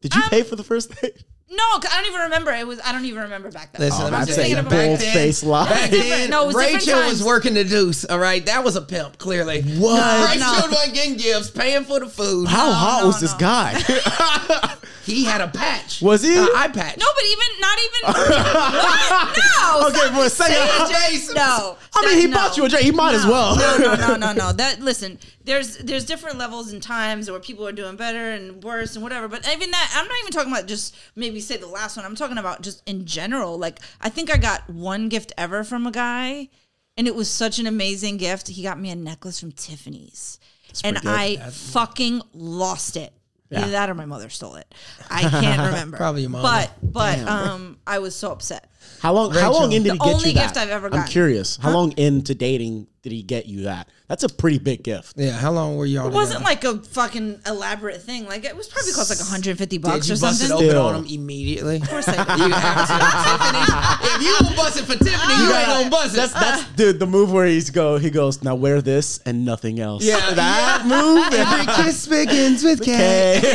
Speaker 5: Did you
Speaker 4: Um,
Speaker 5: pay for the first thing?
Speaker 4: No, 'cause I don't even remember. It was I don't even remember back then.
Speaker 5: Oh,
Speaker 3: Listen, I'm
Speaker 4: I'm
Speaker 3: just
Speaker 4: just thinking
Speaker 3: saying,
Speaker 4: about
Speaker 3: back
Speaker 4: back
Speaker 5: Bold
Speaker 4: then.
Speaker 5: face lie.
Speaker 3: Back then,
Speaker 4: No, it was different
Speaker 3: Rachel was
Speaker 4: times.
Speaker 3: working the deuce. All right, that was a pimp. Clearly,
Speaker 5: What? No,
Speaker 3: Rachel
Speaker 4: no.
Speaker 3: wasn't getting gifts, paying for the food.
Speaker 5: How hot
Speaker 4: no,
Speaker 5: was this
Speaker 4: no.
Speaker 5: guy?
Speaker 3: He had a patch.
Speaker 5: Was he?
Speaker 3: An eye patch.
Speaker 4: No, but even not even. What? No.
Speaker 5: okay, for a second.
Speaker 3: Jason.
Speaker 4: No.
Speaker 5: I mean,
Speaker 4: That-
Speaker 5: he
Speaker 4: no.
Speaker 5: bought you a drink. He might as well.
Speaker 4: No, no, no, no, no. That listen, there's there's different levels and times where people are doing better and worse and whatever. But even that, I'm not even talking about just maybe say the last one. I'm talking about just in general. Like I think I got one gift ever from a guy, and it was such an amazing gift. He got me a necklace from Tiffany's, and
Speaker 5: pretty good.
Speaker 4: I fucking lost it.
Speaker 5: Yeah.
Speaker 4: Either that or my mother stole it. I can't remember.
Speaker 3: Probably your mama.
Speaker 4: But but um, I was so upset.
Speaker 5: How long? How
Speaker 3: Rachel.
Speaker 5: long in did he
Speaker 4: The
Speaker 5: get
Speaker 4: only
Speaker 5: you that?
Speaker 4: gift I've ever
Speaker 5: I'm
Speaker 4: gotten.
Speaker 5: curious. How long into dating did he get you that? That's a pretty big gift.
Speaker 3: Yeah, how long were y'all?
Speaker 4: It wasn't like a fucking elaborate thing. Like it was probably cost like 150 bucks
Speaker 3: Did you
Speaker 4: or
Speaker 3: bust
Speaker 4: something.
Speaker 3: it open
Speaker 5: Still.
Speaker 3: on him immediately?
Speaker 4: Of course I did.
Speaker 3: You have to. Tiffany, if you don't bust it for Tiffany, you ain't gonna bust it.
Speaker 4: Uh.
Speaker 5: That's that's dude. The move where he's go. He goes now. Wear this and nothing else.
Speaker 3: Yeah.
Speaker 5: that move.
Speaker 3: Every kiss begins with K.
Speaker 5: Okay.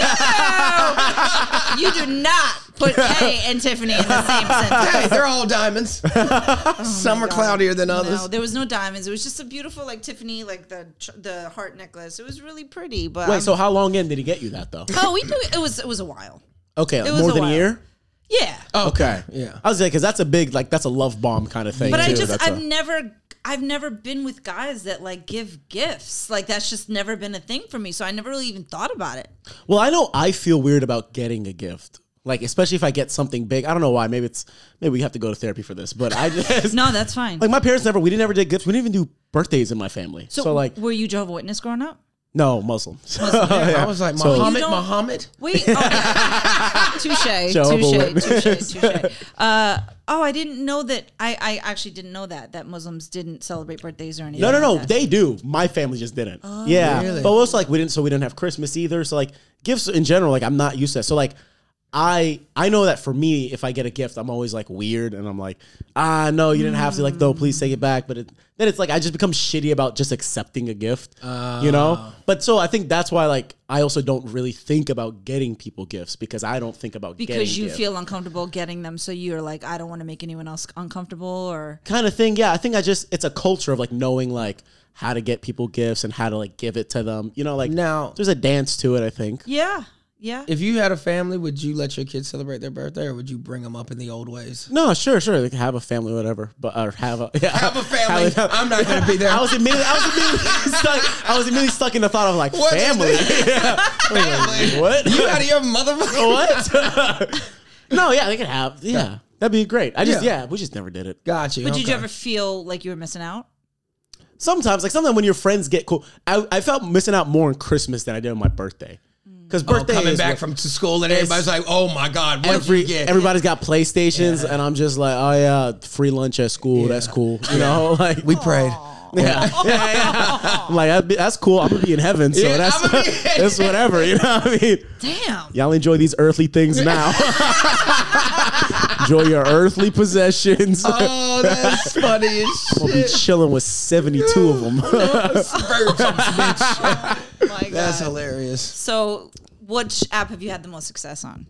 Speaker 4: you do not put Kay and Tiffany in the same sentence.
Speaker 3: Hey, they're all diamonds.
Speaker 5: Oh
Speaker 3: Some are cloudier than others.
Speaker 4: No, there was no diamonds. It was just a beautiful like Tiffany like the tr- the heart necklace. It was really pretty, but um,
Speaker 5: Wait. So how long in did he get you that though?
Speaker 4: oh, we knew it was it was a while.
Speaker 5: Okay,
Speaker 4: was
Speaker 5: more
Speaker 4: a
Speaker 5: than a
Speaker 4: while.
Speaker 5: year.
Speaker 4: Yeah.
Speaker 5: Okay.
Speaker 3: yeah.
Speaker 5: I was like, because that's a big, like, that's a love bomb kind of thing.
Speaker 4: But I
Speaker 5: too.
Speaker 4: just
Speaker 5: That's
Speaker 4: I've
Speaker 5: a-
Speaker 4: never I've never been with guys that like give gifts. Like that's just never been a thing for me. So I never really even thought about it.
Speaker 5: well, I know I feel weird about getting a gift, like especially if I get something big. I don't know why. Maybe it's maybe we have to go to therapy for this. But I just
Speaker 4: No, that's fine.
Speaker 5: like my parents never. We didn't ever did gifts. We didn't even do birthdays in my family. So, like,
Speaker 4: were you Jehovah Witness growing up?
Speaker 5: no Muslim.
Speaker 3: I was like,
Speaker 5: Oh, So-
Speaker 3: Muhammad,
Speaker 4: You don't-
Speaker 3: Muhammad.
Speaker 4: Wait, oh, touche,
Speaker 5: Jehovah
Speaker 4: touche,
Speaker 5: Witness.
Speaker 4: touche, touche. Uh, oh, I didn't know that. I, I actually didn't know that that Muslims didn't celebrate birthdays or anything.
Speaker 5: No, no, no.
Speaker 4: like that.
Speaker 5: They do. My family just didn't.
Speaker 4: Oh,
Speaker 5: yeah,
Speaker 3: Really?
Speaker 5: but also like we didn't, so we didn't have Christmas either. So like gifts in general, like I'm not used to. That. So like I I know that for me, if I get a gift, I'm always like weird, and I'm like, ah, no, you didn't have to. Like, no, please take it back. But it, then it's like I just become shitty about just accepting a gift, you
Speaker 4: Oh.
Speaker 5: know. But so I think that's why like I also don't really think about getting people gifts because I don't think about
Speaker 4: because
Speaker 5: getting
Speaker 4: you
Speaker 5: gifts.
Speaker 4: feel uncomfortable getting them, so you're like, I don't want to make anyone else uncomfortable, or
Speaker 5: kind of thing. Yeah, I think I just it's a culture of like knowing like how to get people gifts and how to like give it to them. You know, like
Speaker 3: Now-
Speaker 5: there's a dance to it. I think.
Speaker 4: yeah, yeah.
Speaker 3: If you had a family, would you let your kids celebrate their birthday, or would you bring them up in the old ways?
Speaker 5: No, sure, sure. Like have a family, whatever, but or have a yeah,
Speaker 3: Have a family.
Speaker 5: have a-
Speaker 3: I'm not gonna be there.
Speaker 5: I was immediately, I was immediately stuck. I was immediately stuck in the thought of like
Speaker 3: What is
Speaker 5: family.
Speaker 3: Family.
Speaker 5: What?
Speaker 3: You out of your motherfucker?
Speaker 5: what? no, yeah, they could have. Yeah, that'd be great. I just
Speaker 3: Yeah.
Speaker 5: yeah. we just never did it.
Speaker 3: Got you.
Speaker 4: But did
Speaker 3: okay.
Speaker 4: you ever feel like you were missing out?
Speaker 5: sometimes like sometimes when your friends get cool I, I felt missing out more on christmas than i did on my birthday because
Speaker 3: Oh,
Speaker 5: birthday
Speaker 3: coming
Speaker 5: is
Speaker 3: back
Speaker 5: what-
Speaker 3: from to school and everybody's like, "Oh my god, what did
Speaker 5: every,
Speaker 3: you get?"
Speaker 5: everybody's got playstations and i'm just like oh yeah free lunch at school that's cool you know like
Speaker 3: we prayed.
Speaker 5: yeah, yeah, yeah. I'm like that'd be, that's cool i'm gonna be in heaven so
Speaker 3: Yeah,
Speaker 5: that's,
Speaker 3: I'm gonna be-
Speaker 5: that's whatever you know what i mean
Speaker 4: Damn.
Speaker 5: y'all enjoy these earthly things now enjoy your earthly possessions
Speaker 3: Oh, that's funny as
Speaker 5: we'll be
Speaker 3: shit.
Speaker 5: chilling with 72 of them
Speaker 3: Virgins, bitch.
Speaker 4: Oh my
Speaker 3: That's
Speaker 4: God.
Speaker 3: hilarious.
Speaker 4: So, which app have you had the most success on?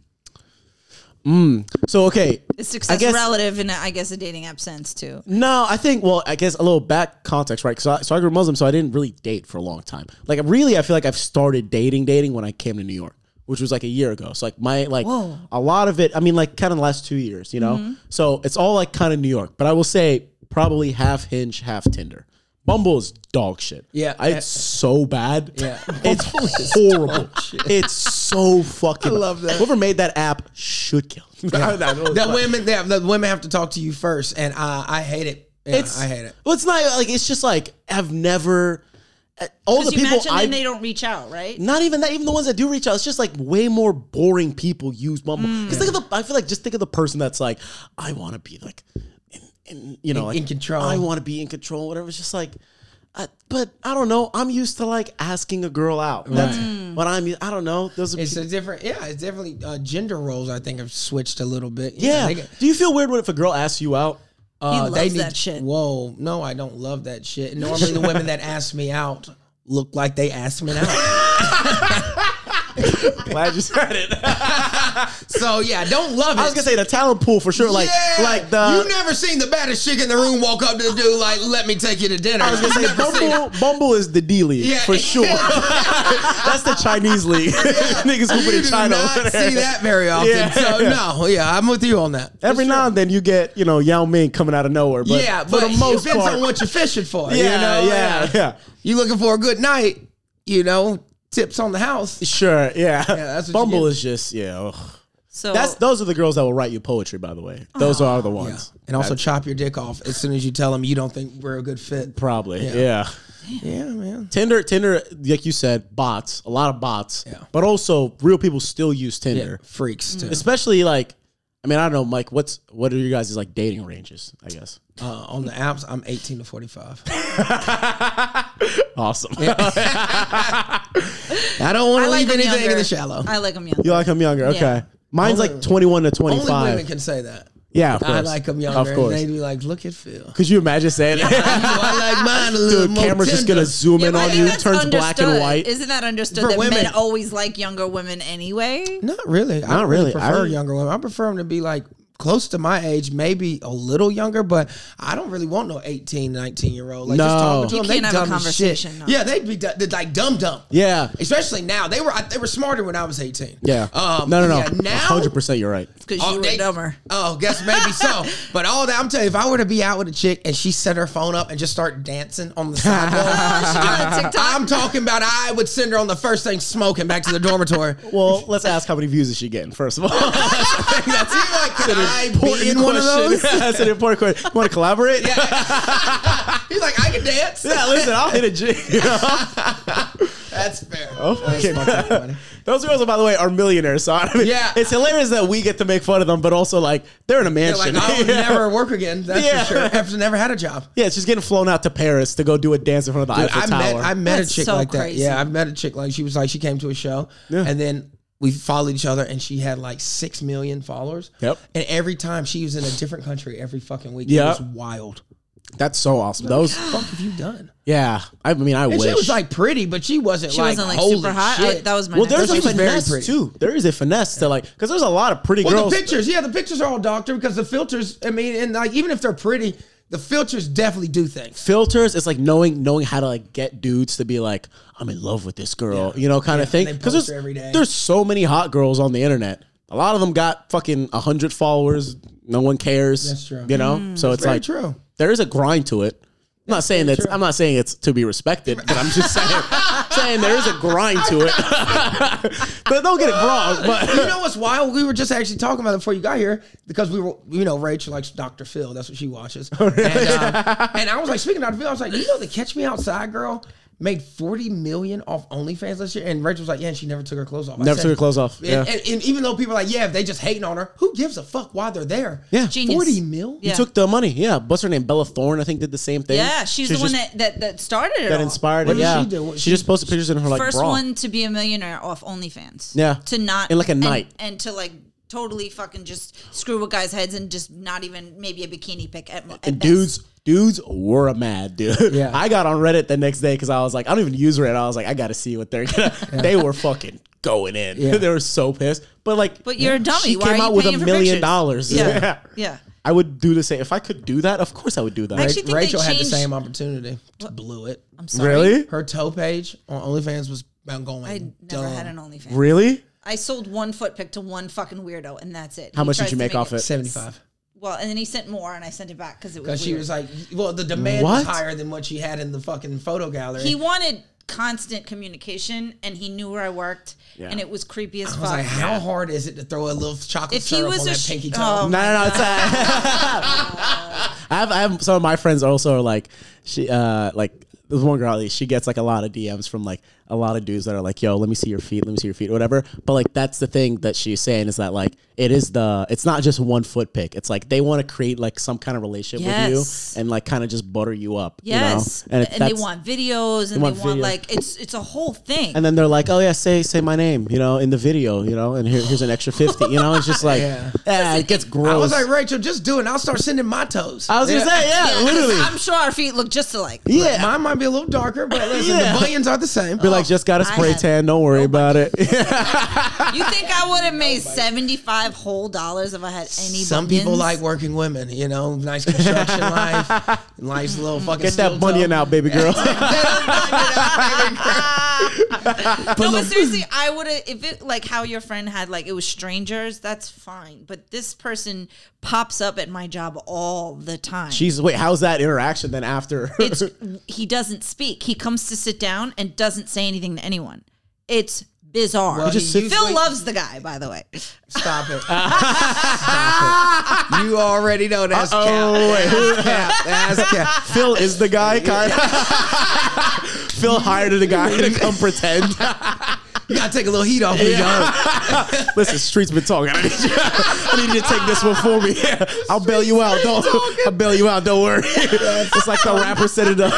Speaker 5: so okay
Speaker 4: Is
Speaker 5: I
Speaker 4: success
Speaker 5: guess-
Speaker 4: relative, and I guess a dating app sense too.
Speaker 5: No, I think. Well, I guess a little back context, right? So, I, so I grew up Muslim, so I didn't really date for a long time. Like, really, I feel like I've started dating, dating when I came to New York, which was like a year ago. So, like my like
Speaker 4: Whoa.
Speaker 5: a lot of it. I mean, like kind of the last two years,
Speaker 3: Mm-hmm.
Speaker 5: you know. So it's all like kind of New York, but I will say probably half Hinge, half Tinder. Bumble is dog shit.
Speaker 3: Yeah. eh,
Speaker 5: It's so bad.
Speaker 3: Yeah.
Speaker 5: It's horrible. It's so fucking. I
Speaker 3: love that.
Speaker 5: Whoever made that app should kill. him.
Speaker 3: The women, they have, the women have to talk to you first, and uh, I hate it. Yeah,
Speaker 5: It's,
Speaker 3: I hate it.
Speaker 5: Well, it's not like it's just like I've never. uh, All the
Speaker 4: Because you
Speaker 5: people
Speaker 4: mentioned
Speaker 5: I
Speaker 4: and they don't reach out, right?
Speaker 5: not even that. Even the ones that do reach out, it's just like way more boring people use Bumble.
Speaker 4: Mm.
Speaker 5: Because think of the, I feel like just think of the person that's like, I want to be like, in, in you know, like,
Speaker 3: in control.
Speaker 5: I want to be in control. Whatever. It's just like, I, but I don't know. I'm used to like asking a girl out. That's what I'm. I don't know. Those are
Speaker 3: It's
Speaker 5: peop-
Speaker 3: a different, yeah. It's definitely uh, gender roles. I think have switched a little bit.
Speaker 5: yeah.
Speaker 3: they get-
Speaker 5: do you feel weird when if a girl asks you out?
Speaker 3: uh,
Speaker 4: He
Speaker 3: they
Speaker 4: loves
Speaker 3: need-
Speaker 4: that shit.
Speaker 3: Whoa, no, I don't love that shit. Normally, the women that ask me out look like they asked me out.
Speaker 5: Glad you said it.
Speaker 3: so yeah, don't love it.
Speaker 5: I was gonna say the talent pool for sure. Like
Speaker 3: Yeah!
Speaker 5: like the.
Speaker 3: you never seen the baddest chick in the room walk up to the dude like, "Let me take you to dinner."
Speaker 5: I was gonna say Bumble, Bumble is the D league
Speaker 3: Yeah.
Speaker 5: for sure. That's the Chinese league. Niggas hooping
Speaker 3: you
Speaker 5: in
Speaker 3: do
Speaker 5: China.
Speaker 3: not
Speaker 5: over there.
Speaker 3: see that very often.
Speaker 5: Yeah.
Speaker 3: So no, yeah, I'm with you on that.
Speaker 5: Every now and then you get, you know, Yao Ming coming out of nowhere. But
Speaker 3: yeah,
Speaker 5: for
Speaker 3: but
Speaker 5: the most
Speaker 3: depends
Speaker 5: part.
Speaker 3: on what oh, you're fishing for.
Speaker 5: yeah,
Speaker 3: you know?
Speaker 5: yeah, yeah,
Speaker 3: You looking for a good night? You know, tips on the house.
Speaker 5: Sure, yeah.
Speaker 3: that's what you
Speaker 5: Bumble
Speaker 3: get. Oh.
Speaker 5: is just, yeah. ugh.
Speaker 4: So
Speaker 5: That's those are the girls that will write you poetry, by the way. Those are the ones.
Speaker 3: Oh, And also chop your dick off as soon as you tell them you don't think we're a good fit.
Speaker 5: Probably. Yeah.
Speaker 3: Yeah, man.
Speaker 5: Tinder, Tinder, like you said, bots, a lot of bots.
Speaker 3: Yeah.
Speaker 5: But also real people still use
Speaker 3: Yeah,
Speaker 5: Tinder.
Speaker 3: freaks too.
Speaker 5: Especially like I mean, I don't know, Mike, what's what are your guys' like dating ranges, I guess.
Speaker 3: Uh, on the apps, I'm 18 to 45.
Speaker 5: Awesome.
Speaker 3: I don't want
Speaker 4: I like
Speaker 3: to leave
Speaker 4: 'em
Speaker 3: anything
Speaker 4: younger.
Speaker 3: in the shallow.
Speaker 4: I like them young.
Speaker 5: you like them younger. Okay. Mine's like twenty one to twenty
Speaker 3: Only
Speaker 5: five.
Speaker 3: women can say that.
Speaker 5: Yeah, of course.
Speaker 3: I like them younger.
Speaker 5: Of course.
Speaker 3: And they be like, look at Phil.
Speaker 5: Could you imagine saying that?
Speaker 3: I like mine a little
Speaker 5: the
Speaker 3: more
Speaker 5: camera's just gonna
Speaker 3: tender.
Speaker 5: zoom in
Speaker 4: but I
Speaker 5: on
Speaker 4: think
Speaker 5: you,
Speaker 4: that's
Speaker 5: turns black and
Speaker 4: understood.
Speaker 5: white.
Speaker 4: Isn't that understood
Speaker 3: For
Speaker 4: that
Speaker 3: women.
Speaker 4: men always like younger women anyway?
Speaker 3: Not really. I don't
Speaker 5: really.
Speaker 3: really prefer
Speaker 5: I-
Speaker 3: younger women. I prefer them to be like close to my age, maybe a little younger, but I don't really want no 18, 19 year old. Like just
Speaker 5: No.
Speaker 3: talking to
Speaker 5: You
Speaker 3: them,
Speaker 4: can't
Speaker 3: they
Speaker 4: have a
Speaker 3: dumb as
Speaker 4: conversation,
Speaker 3: Shit.
Speaker 4: no.
Speaker 3: Yeah, they'd be d- they're like dumb dumb.
Speaker 5: yeah.
Speaker 3: Especially now, they were they were smarter when I was 18.
Speaker 5: Yeah.
Speaker 3: Um,
Speaker 5: no, no, no.
Speaker 3: yeah, now,
Speaker 5: hundred percent. You're right.
Speaker 4: Because
Speaker 3: Oh,
Speaker 4: you were
Speaker 3: they-
Speaker 4: dumber.
Speaker 3: Oh, guess maybe so. But all that I'm telling you, if I were to be out with a chick and she set her phone up and just start dancing on the sidewalk,
Speaker 4: on
Speaker 3: I-
Speaker 4: TikTok?
Speaker 3: I'm talking about I would send her on the first thing smoking back to the dormitory.
Speaker 5: Well, let's ask how many views is she getting first of all.
Speaker 3: That's it. Like, could I be in one of
Speaker 5: Question.
Speaker 3: those?
Speaker 5: That's an important question. Want to collaborate? Yeah.
Speaker 3: He's like, I can dance.
Speaker 5: listen, I'll hit a G. You know?
Speaker 3: That's fair.
Speaker 5: Okay.
Speaker 3: That's fucking funny.
Speaker 5: Those girls, by the way, are millionaires. So I mean,
Speaker 3: Yeah.
Speaker 5: it's hilarious that we get to make fun of them, but also like they're in a
Speaker 3: They're
Speaker 5: mansion.
Speaker 3: like, I would
Speaker 5: yeah.
Speaker 3: never work again. That's
Speaker 5: Yeah.
Speaker 3: for sure. I've never had a job.
Speaker 5: Yeah, she's getting flown out to Paris to go do a dance in front of the
Speaker 3: Dude,
Speaker 5: Eiffel
Speaker 3: I
Speaker 5: Tower.
Speaker 3: met I met
Speaker 4: That's
Speaker 3: a chick
Speaker 4: so
Speaker 3: like that.
Speaker 4: crazy.
Speaker 3: Yeah, I met a chick like she was like she came to a show and then we followed each other and she had like six million followers.
Speaker 5: Yep.
Speaker 3: And every time she was in a different country every fucking week.
Speaker 5: Yeah.
Speaker 3: It was wild.
Speaker 5: That's so awesome. Those,
Speaker 3: What the fuck have you done?
Speaker 5: yeah. I mean, I
Speaker 3: And
Speaker 5: wish
Speaker 3: she was like pretty, but she wasn't
Speaker 4: She
Speaker 3: like
Speaker 4: wasn't like
Speaker 3: holy
Speaker 4: super hot. I,
Speaker 3: shit.
Speaker 4: that was my.
Speaker 5: Well,
Speaker 4: next
Speaker 5: there's a
Speaker 3: She was
Speaker 4: question.
Speaker 3: very
Speaker 5: finesse
Speaker 3: pretty.
Speaker 5: too. There is a finesse to like, because there's a lot of pretty
Speaker 3: Well,
Speaker 5: girls.
Speaker 3: the pictures, yeah, the pictures are all doctored because the filters. I mean, and like even if they're pretty, the filters definitely do things.
Speaker 5: Filters, it's like knowing knowing how to like get dudes to be like, I'm in love with this girl, you know, kind of thing.
Speaker 3: they
Speaker 5: Because
Speaker 3: post
Speaker 5: there's
Speaker 3: every day.
Speaker 5: there's so many hot girls on the internet. A lot of them got fucking hundred followers. No one cares.
Speaker 3: That's true.
Speaker 5: You know,
Speaker 4: Mm.
Speaker 5: so it's
Speaker 3: very
Speaker 5: like
Speaker 3: true.
Speaker 5: There is a grind to it. I'm not saying that's. I'm not saying it's to be respected, but I'm just saying saying there is a grind to it. but don't get it wrong. But
Speaker 3: you know what's wild? We were just actually talking about it before you got here because we were, you know, Rachel likes Dr. Phil. That's what she watches.
Speaker 5: Oh,
Speaker 3: and, um, and I was like, speaking of Dr. Phil, I was like, you know, the Catch Me Outside girl made 40 million off OnlyFans last year. And Rachel was like, yeah, and she never took her clothes off. I
Speaker 5: Never
Speaker 3: said-
Speaker 5: took her clothes off,
Speaker 3: And,
Speaker 5: yeah.
Speaker 3: and, and even though people are like, yeah, if they just hating on her, who gives a fuck why they're there?
Speaker 5: Yeah.
Speaker 4: Genius.
Speaker 3: 40 mil?
Speaker 5: You
Speaker 4: Yeah.
Speaker 5: took the money. Yeah. What's her name? Bella Thorne, I think, did the same thing.
Speaker 4: Yeah, she's, the
Speaker 5: just
Speaker 4: one that, that that started it.
Speaker 5: got
Speaker 4: all.
Speaker 5: inspired. it.
Speaker 3: did
Speaker 5: yeah.
Speaker 3: she do? What-
Speaker 5: she,
Speaker 3: she-
Speaker 5: just posted pictures in her like
Speaker 4: First
Speaker 5: bra.
Speaker 4: one to be a millionaire off OnlyFans.
Speaker 5: Yeah.
Speaker 4: To not
Speaker 5: In, like, a
Speaker 4: and-
Speaker 5: night.
Speaker 4: and to like totally fucking just screw with guys' heads and just not even maybe a bikini pic at, at
Speaker 5: and
Speaker 4: best.
Speaker 5: dudes, dudes were mad, dude.
Speaker 3: Yeah.
Speaker 5: I got on Reddit the next day because I was like, I don't even use Reddit. I was like, I got to see what they're gonna. They were fucking going in.
Speaker 3: Yeah.
Speaker 5: they were so pissed. But like,
Speaker 4: But you're a dummy.
Speaker 5: She
Speaker 4: Why
Speaker 5: came
Speaker 4: are you
Speaker 5: out with a
Speaker 4: paying for
Speaker 5: million
Speaker 4: pictures?
Speaker 5: dollars.
Speaker 4: Yeah. Yeah.
Speaker 5: I would do the same if I could do that. Of course, I would do that.
Speaker 4: Actually- think they
Speaker 3: Rachel had the
Speaker 4: changed-
Speaker 3: same opportunity. Blew it.
Speaker 4: I'm sorry.
Speaker 3: Her toe page on OnlyFans was going
Speaker 4: I never
Speaker 3: dumb.
Speaker 4: had an OnlyFans.
Speaker 5: really?
Speaker 4: I sold one foot pic to one fucking weirdo, and that's it.
Speaker 5: How
Speaker 4: He
Speaker 5: much
Speaker 4: tries
Speaker 5: did you
Speaker 4: to
Speaker 5: make off it?
Speaker 3: 75.
Speaker 4: well, and then he sent more, and I sent it back because it was.
Speaker 3: Because she
Speaker 4: weird.
Speaker 3: was like, well, the demand was
Speaker 5: What?
Speaker 3: higher than what she had in the fucking photo gallery.
Speaker 4: he wanted constant communication, and he knew where I worked,
Speaker 5: Yeah.
Speaker 4: and it was creepy as
Speaker 3: I
Speaker 4: fuck.
Speaker 3: was like, how hard is it to throw a little chocolate
Speaker 4: If he
Speaker 3: syrup
Speaker 4: was
Speaker 3: on
Speaker 4: a
Speaker 3: that
Speaker 4: sh-
Speaker 3: pinky
Speaker 4: oh.
Speaker 3: toe?
Speaker 5: No, no, no. It's, uh, I have, I have some of my friends also are like, she, uh, like this one girl, like, she gets like a lot of DMs from like a lot of dudes that are like, yo, let me see your feet, let me see your feet, whatever. But like, that's the thing that she's saying is that like, it is the, it's not just one foot pick. It's like they want to create like some kind of relationship
Speaker 4: Yes.
Speaker 5: with you and like kind of just butter you up.
Speaker 4: yes,
Speaker 5: You know? it-
Speaker 4: and, they
Speaker 5: that's-
Speaker 4: want videos, and they
Speaker 5: want
Speaker 4: want,
Speaker 5: video.
Speaker 4: like it's it's a whole thing.
Speaker 5: And then they're like, "Oh yeah, say say my name, you know, in the video, you know, and here, here's an extra 50 You know, it's just like,
Speaker 3: Yeah.
Speaker 5: yeah, it gets gross.
Speaker 3: I was like, Rachel, just do it. and I'll start sending my toes.
Speaker 5: I was gonna say, yeah,
Speaker 4: 'cause
Speaker 5: literally,
Speaker 4: I'm sure our feet look just alike.
Speaker 5: yeah.
Speaker 3: Mine might be a little darker, but listen,
Speaker 5: Yeah.
Speaker 3: the bunions are the same.
Speaker 5: Be like,
Speaker 4: Oh,
Speaker 5: just got a
Speaker 4: I
Speaker 5: spray
Speaker 4: had-
Speaker 5: tan. Don't worry about it.
Speaker 4: You think I would have made seventy five whole dollars if I had any?
Speaker 3: Some people
Speaker 4: bunions?
Speaker 3: like working women, you know, nice construction life, nice
Speaker 4: Mm.
Speaker 3: little fucking.
Speaker 5: Get that
Speaker 3: steel
Speaker 5: bunion
Speaker 3: toe.
Speaker 5: out, baby girl.
Speaker 4: no, but seriously, I would have if it like how your friend had like it was strangers. That's fine, but this person pops up at my job all the time.
Speaker 5: She's wait. How's that interaction then after?
Speaker 4: it's he doesn't speak. He comes to sit down and doesn't say anything to anyone. It's bizarre.
Speaker 3: Well,
Speaker 5: just
Speaker 3: he
Speaker 5: sits-
Speaker 4: Phil
Speaker 3: usually-
Speaker 4: loves the guy, by the way.
Speaker 3: Stop it. Stop it. You already know that's
Speaker 5: Uh-oh,
Speaker 3: cap. That's cap. That's cap.
Speaker 5: Phil is the guy, kind of. Phil hired the guy to come pretend.
Speaker 3: You gotta take a little heat off me, dog.
Speaker 5: Listen, streets been talking. I need, you, I need you to take this one for me. I'll bail you out. Don't. I'll bail you out. Don't worry. It's like the rapper said it.
Speaker 4: That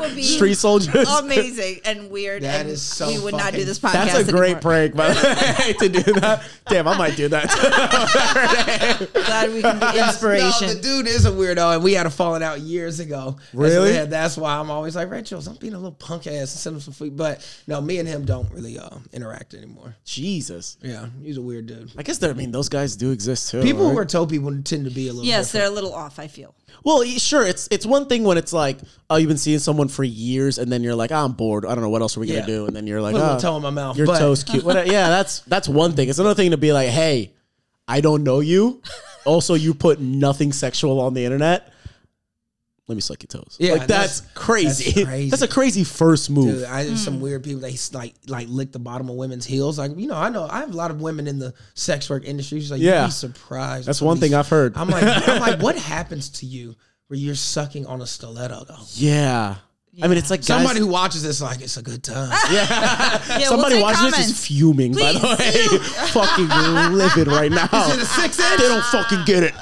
Speaker 5: Up.
Speaker 4: would be
Speaker 5: Street soldiers.
Speaker 3: Oh,
Speaker 4: Amazing and weird.
Speaker 3: That
Speaker 4: and
Speaker 3: is so
Speaker 4: We would not do
Speaker 3: fucking-
Speaker 4: this podcast.
Speaker 5: That's a
Speaker 4: anymore.
Speaker 5: great prank, but I hate to do that. Damn, I might do that.
Speaker 4: Glad we can be inspiration.
Speaker 3: No, the dude is a weirdo, and we had a falling out years ago. That's-
Speaker 5: Really?
Speaker 3: yeah, that's why I'm always like, Rachel, I'm being a little punk ass and send him some food. But no, me and him don't really uh, interact anymore.
Speaker 5: Jesus.
Speaker 3: Yeah, he's a weird dude.
Speaker 5: I guess there. I mean, those guys do exist too.
Speaker 3: People
Speaker 5: right?
Speaker 3: who are toe people tend to be a little.
Speaker 4: yes,
Speaker 3: different.
Speaker 4: they're a little off. I feel.
Speaker 5: Well, y- sure, it's it's one thing when it's like, oh, you've been seeing someone for years, and then you're like, "Ah, I'm bored. I don't know what else are we
Speaker 3: Yeah.
Speaker 5: gonna do, and then you're like,
Speaker 3: Put a little
Speaker 5: oh,
Speaker 3: toe in my mouth,
Speaker 5: Your
Speaker 3: but-
Speaker 5: toe's cute. Whatever. yeah, that's that's one thing. It's another thing to be like, hey, I don't know you. Also, you put nothing sexual on the internet. Let me suck your toes.
Speaker 3: Yeah,
Speaker 5: like that's,
Speaker 3: that's-
Speaker 5: crazy.
Speaker 3: that's
Speaker 5: That's
Speaker 3: crazy.
Speaker 5: a crazy first move.
Speaker 3: Dude, I some weird people that s- like like lick the bottom of women's heels. Like you know, I know I have a lot of women in the sex work industry. She's like, you'd
Speaker 5: Yeah.
Speaker 3: be surprised.
Speaker 5: That's
Speaker 3: what
Speaker 5: one
Speaker 3: these-
Speaker 5: thing I've heard.
Speaker 3: I'm like, I'm like, what happens to you where you're sucking on a stiletto though?
Speaker 5: yeah. I mean, it's like guys-
Speaker 3: Somebody who watches this like it's a good time.
Speaker 4: Yeah, we'll
Speaker 5: Somebody
Speaker 4: take
Speaker 5: watching this
Speaker 4: comments.
Speaker 5: is fuming, by
Speaker 4: Please,
Speaker 5: the way. fucking livid right now.
Speaker 3: it a six inch?
Speaker 5: They don't fucking get it.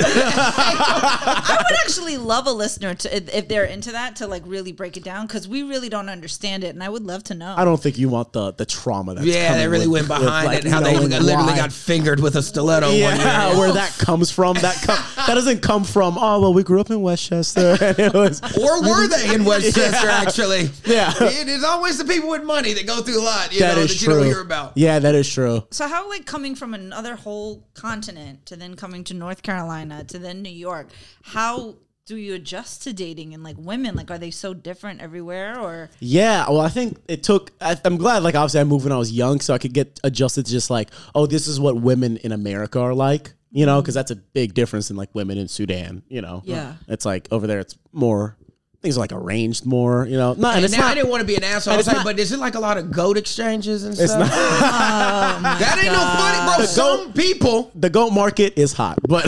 Speaker 4: I would actually love a listener to if- if they're into that to like really break it down because we really don't understand it, and I would love to know.
Speaker 5: I don't think you want the the trauma that's
Speaker 3: yeah, they
Speaker 5: coming
Speaker 3: really
Speaker 5: with-
Speaker 3: went behind
Speaker 5: with, like,
Speaker 3: it. How they
Speaker 5: knowing
Speaker 3: got, literally
Speaker 5: why.
Speaker 3: got fingered with a stiletto. one year.
Speaker 5: yeah, where that comes from. That com- that doesn't come from. Oh well, we grew up in Westchester. And it was
Speaker 3: Or were they in Westchester? Actually,
Speaker 5: Yeah.
Speaker 3: It is always the people with money that go through a lot. You
Speaker 5: that
Speaker 3: know,
Speaker 5: is
Speaker 3: that you
Speaker 5: true.
Speaker 3: don't hear about.
Speaker 5: Yeah, that is true.
Speaker 4: So how like coming from another whole continent to then coming to North Carolina to then New York, how do you adjust to dating and like women? Like are they so different everywhere or
Speaker 5: Yeah, well, I think it took. I, I'm glad, like, obviously, I moved when I was young, so I could get adjusted to just like, oh, this is what women in America are like, you know, because that's a big difference in like women in Sudan, you know.
Speaker 4: Yeah.
Speaker 5: it's like over there, it's more things are like arranged more, you know. No, and, it's
Speaker 3: now,
Speaker 5: not.
Speaker 3: I didn't want to be an asshole. I was
Speaker 5: it's
Speaker 3: like,
Speaker 5: not-
Speaker 3: but is it like a lot of goat exchanges and stuff?
Speaker 5: Oh,
Speaker 3: that ain't no funny, bro.
Speaker 5: The
Speaker 3: Some
Speaker 5: goat-
Speaker 3: people.
Speaker 5: the goat market is hot, but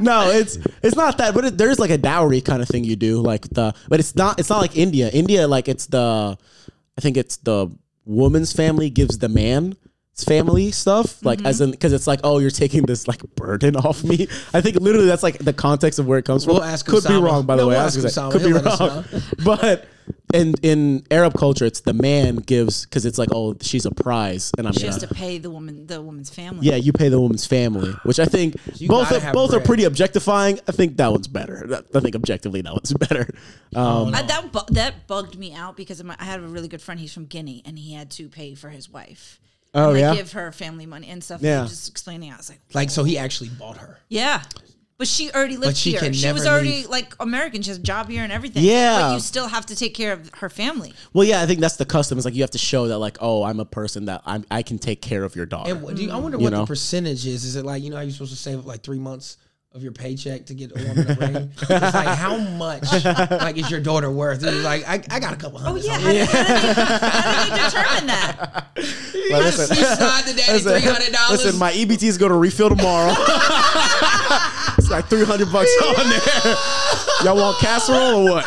Speaker 5: no, it's it's not that. But it, there's like a dowry kind of thing you do, like the. But it's not. It's not like India. India, like it's the. I think it's the woman's family gives the man's family stuff, like as in
Speaker 3: Mm-hmm.
Speaker 5: because it's like, oh, you're taking this like burden off me. I think literally that's like the context of where it comes from.
Speaker 3: We'll ask
Speaker 5: Could be
Speaker 3: Osama.
Speaker 5: wrong, by the
Speaker 3: No,
Speaker 5: way.
Speaker 3: we'll
Speaker 5: I was
Speaker 3: ask
Speaker 5: gonna
Speaker 3: Osama.
Speaker 5: say, could be
Speaker 3: He'll let us know.
Speaker 5: wrong, but. In, in Arab culture, it's the man gives because it's like oh she's a prize and I'm
Speaker 4: she
Speaker 5: gonna
Speaker 4: has to pay the woman the woman's family?
Speaker 5: yeah, you pay the woman's family, which I think both
Speaker 3: gotta
Speaker 5: are,
Speaker 3: have
Speaker 5: both
Speaker 3: bread.
Speaker 5: are pretty objectifying. I think that one's better. That- I think objectively that one's better. Um,
Speaker 4: I, that bu- that bugged me out because of my, I had a really good friend. He's from Guinea, and he had to pay for his wife.
Speaker 5: Oh,
Speaker 4: and, like,
Speaker 5: yeah?
Speaker 4: give her family money and stuff.
Speaker 5: Yeah.
Speaker 4: And he was just explaining, I was like,
Speaker 3: Like, so he actually bought her.
Speaker 4: yeah, but But she already lived
Speaker 3: she
Speaker 4: here.
Speaker 3: can
Speaker 4: she
Speaker 3: never
Speaker 4: was already
Speaker 3: leave.
Speaker 4: like American. She has a job here and everything.
Speaker 5: Yeah.
Speaker 4: But you still have to take care of her family.
Speaker 5: Well, yeah, I think that's the custom. It's like you have to show that, like, oh, I'm a person that I'm, I can take care of your daughter.
Speaker 3: And what, do you, I wonder what the
Speaker 5: know?
Speaker 3: percentage is. Is it like you know how you're supposed to save like three months of your paycheck to get a woman a ring? It's like how much like is your daughter worth? It's like I, I got a couple
Speaker 4: Oh
Speaker 3: hundred.
Speaker 4: yeah. How, do- how do they, how do they determine that?
Speaker 5: Like, listen,
Speaker 3: Slide the daddy three hundred
Speaker 5: listen,
Speaker 3: dollars.
Speaker 5: my E EBT is going to refill tomorrow. it's like 300 bucks on there. Y'all want casserole or what?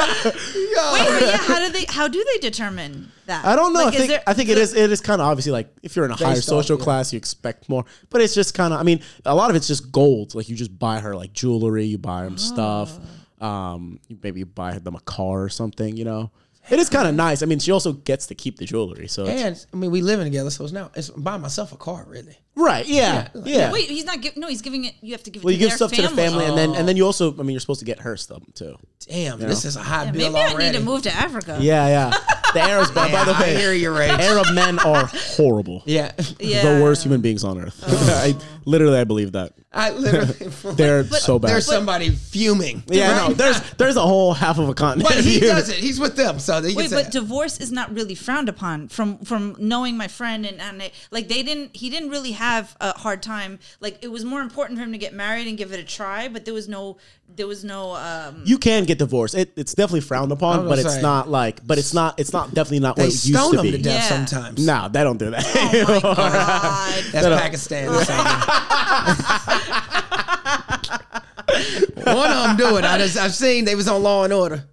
Speaker 4: Wait, wait, yeah. How do they? How do they determine that?
Speaker 5: I don't know.
Speaker 4: Like,
Speaker 5: I
Speaker 4: is
Speaker 5: think
Speaker 4: there-
Speaker 5: I think it is. It is kind of obviously like if you're in a higher
Speaker 3: off,
Speaker 5: social
Speaker 3: yeah.
Speaker 5: class, you expect more. But it's just kind of. I mean, a lot of it's just gold. Like you just buy her like jewelry, you buy them stuff. Um, you maybe buy them a car or something. You know, it is kind of nice. I mean, she also gets to keep the jewelry. So it's,
Speaker 3: And I mean, we living together, so it's now it's buying myself a car, really.
Speaker 5: right, yeah, yeah.
Speaker 4: Wait, he's not giving. No, he's giving it. You have to give. It to
Speaker 5: well, you give
Speaker 4: their
Speaker 5: stuff
Speaker 4: family.
Speaker 5: to the family, and then and then you also. I mean, you're supposed to get her stuff too.
Speaker 3: Damn, this is a high
Speaker 4: Yeah,
Speaker 3: bill
Speaker 4: maybe I
Speaker 3: already.
Speaker 4: need to move to Africa.
Speaker 5: Yeah, yeah. The Arabs, by, by the
Speaker 3: I hear
Speaker 5: way,
Speaker 3: you, Ray.
Speaker 5: Arab men are horrible.
Speaker 3: Yeah,
Speaker 4: Yeah.
Speaker 5: The worst human beings on earth. I literally, I believe that
Speaker 3: I literally.
Speaker 5: they're so bad.
Speaker 3: There's somebody fuming.
Speaker 5: Yeah, no, there's there's a whole half of a continent.
Speaker 3: But he
Speaker 5: here.
Speaker 3: does it. He's with them, so they can
Speaker 4: Wait,
Speaker 3: say
Speaker 4: but divorce is not really frowned upon from from knowing my friend and and they, like they didn't he didn't really have a hard time like it was more important for him to get married and give it a try but there was no there was no um
Speaker 5: You can get divorced. It, it's definitely frowned upon,
Speaker 3: was
Speaker 5: but
Speaker 3: gonna
Speaker 5: it's
Speaker 3: say.
Speaker 5: not like. But it's not. It's not definitely not what
Speaker 3: they
Speaker 5: it used
Speaker 3: stone
Speaker 5: to
Speaker 3: them
Speaker 5: be.
Speaker 3: to death
Speaker 4: Yeah.
Speaker 3: sometimes.
Speaker 5: Nah, they don't do that.
Speaker 4: oh my god
Speaker 3: That's Pakistan. or something. One of them do it. I just I've seen they was on Law and Order.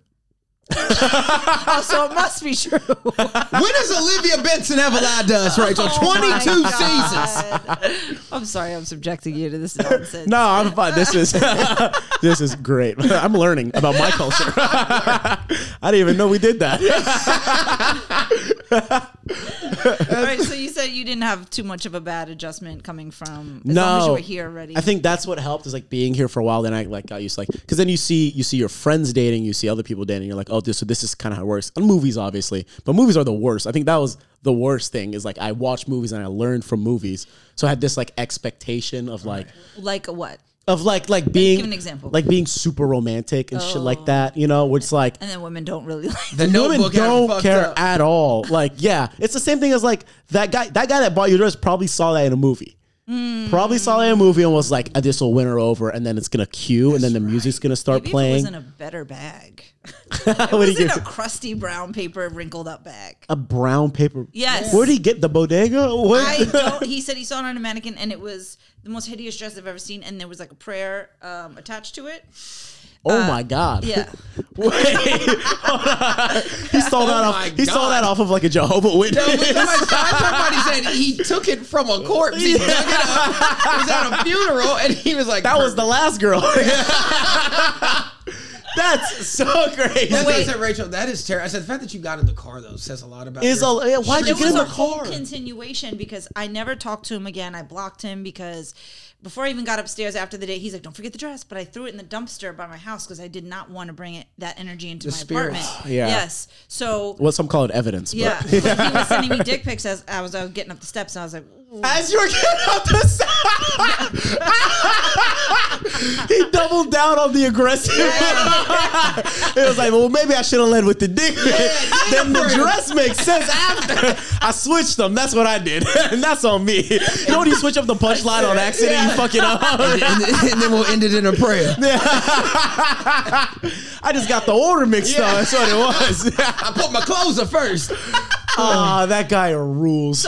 Speaker 4: Oh, so it must be true
Speaker 5: Oh
Speaker 3: When does Olivia Benson ever lie to us, Rachel?
Speaker 4: Oh my
Speaker 3: Twenty two
Speaker 4: God.
Speaker 3: seasons.
Speaker 4: I'm sorry I'm subjecting you to this nonsense
Speaker 5: no, I'm fine. This is this is great. I'm learning about my culture. I didn't even know we did that.
Speaker 4: all right so you said you didn't have too much of a bad adjustment coming from as
Speaker 5: no,
Speaker 4: long as you were here already
Speaker 5: I think that's what helped is like being here for a while. Then I like got used to like because then you see you see your friends dating, you see other people dating. You're like, oh, this so this is kind of how it works. And movies, obviously, but movies are the worst. I think that was the worst thing is like I watched movies and I learned from movies, so I had this like expectation of like
Speaker 4: like what
Speaker 5: of like like being
Speaker 4: give an example.
Speaker 5: like being super romantic and shit like that. You know, where it's like
Speaker 4: and then women don't really like
Speaker 3: The
Speaker 5: women
Speaker 3: notebook had 'em
Speaker 5: don't
Speaker 3: fucked
Speaker 5: care
Speaker 3: up.
Speaker 5: at all. Like, yeah, it's the same thing as like that guy. That guy that bought you dress probably saw that in a movie.
Speaker 4: Hmm.
Speaker 5: Probably saw that in a movie and was like, "Uh, "This will win her over," and then it's gonna cue, and then the music's gonna start
Speaker 4: Maybe
Speaker 5: playing.
Speaker 4: if it was in a better bag.
Speaker 5: What
Speaker 4: it
Speaker 5: do you
Speaker 4: was in
Speaker 5: get?
Speaker 4: a crusty brown paper wrinkled up bag.
Speaker 5: a brown paper.
Speaker 4: Yes.
Speaker 5: Where would he get the bodega? What?
Speaker 4: I don't. He said he saw it on a mannequin, and it was the most hideous dress I've ever seen. And there was like a prayer um, attached to it.
Speaker 5: oh my god.
Speaker 4: uh, Yeah,
Speaker 5: Wait. hold on. he saw that
Speaker 3: Oh
Speaker 5: off.
Speaker 3: my
Speaker 5: He saw
Speaker 3: God.
Speaker 5: that off of like a Jehovah Witness.
Speaker 3: Somebody somebody said he took it from a corpse. He dug it up. It was at a funeral, and he was like,
Speaker 5: that was the last girl. That's so crazy.
Speaker 3: That's what I
Speaker 4: Wait.
Speaker 3: said, Rachel. That is terrible. I said the fact that you got in the car though says a lot about.
Speaker 5: Is
Speaker 3: your-
Speaker 5: a- yeah, why'd
Speaker 4: there
Speaker 5: you get
Speaker 4: was
Speaker 5: in
Speaker 4: a
Speaker 5: the
Speaker 4: whole
Speaker 5: car?
Speaker 4: continuation because I never talked to him again. I blocked him because before I even got upstairs after the day, he's like, "Don't forget the dress," but I threw it in the dumpster by my house because I did not want to bring it that energy into
Speaker 3: The
Speaker 4: my
Speaker 3: spirits.
Speaker 4: apartment.
Speaker 5: Yeah.
Speaker 4: Yes, so.
Speaker 5: Well, some call it evidence. But.
Speaker 4: yeah, he was sending me dick pics as I was, I was getting up the steps, and I was like,
Speaker 5: As you were getting up the side, he doubled down on the aggressive. it was like, well, maybe I should have led with the dick. then the dress makes sense after. I switched them. That's what I did, and that's on me. You know when you switch up the punchline on accident, you fuck it up.
Speaker 3: and, and then we'll end it in a prayer.
Speaker 5: I just got the order mixed up. That's what it was.
Speaker 3: I put my clothes up first.
Speaker 5: Ah, that guy rules.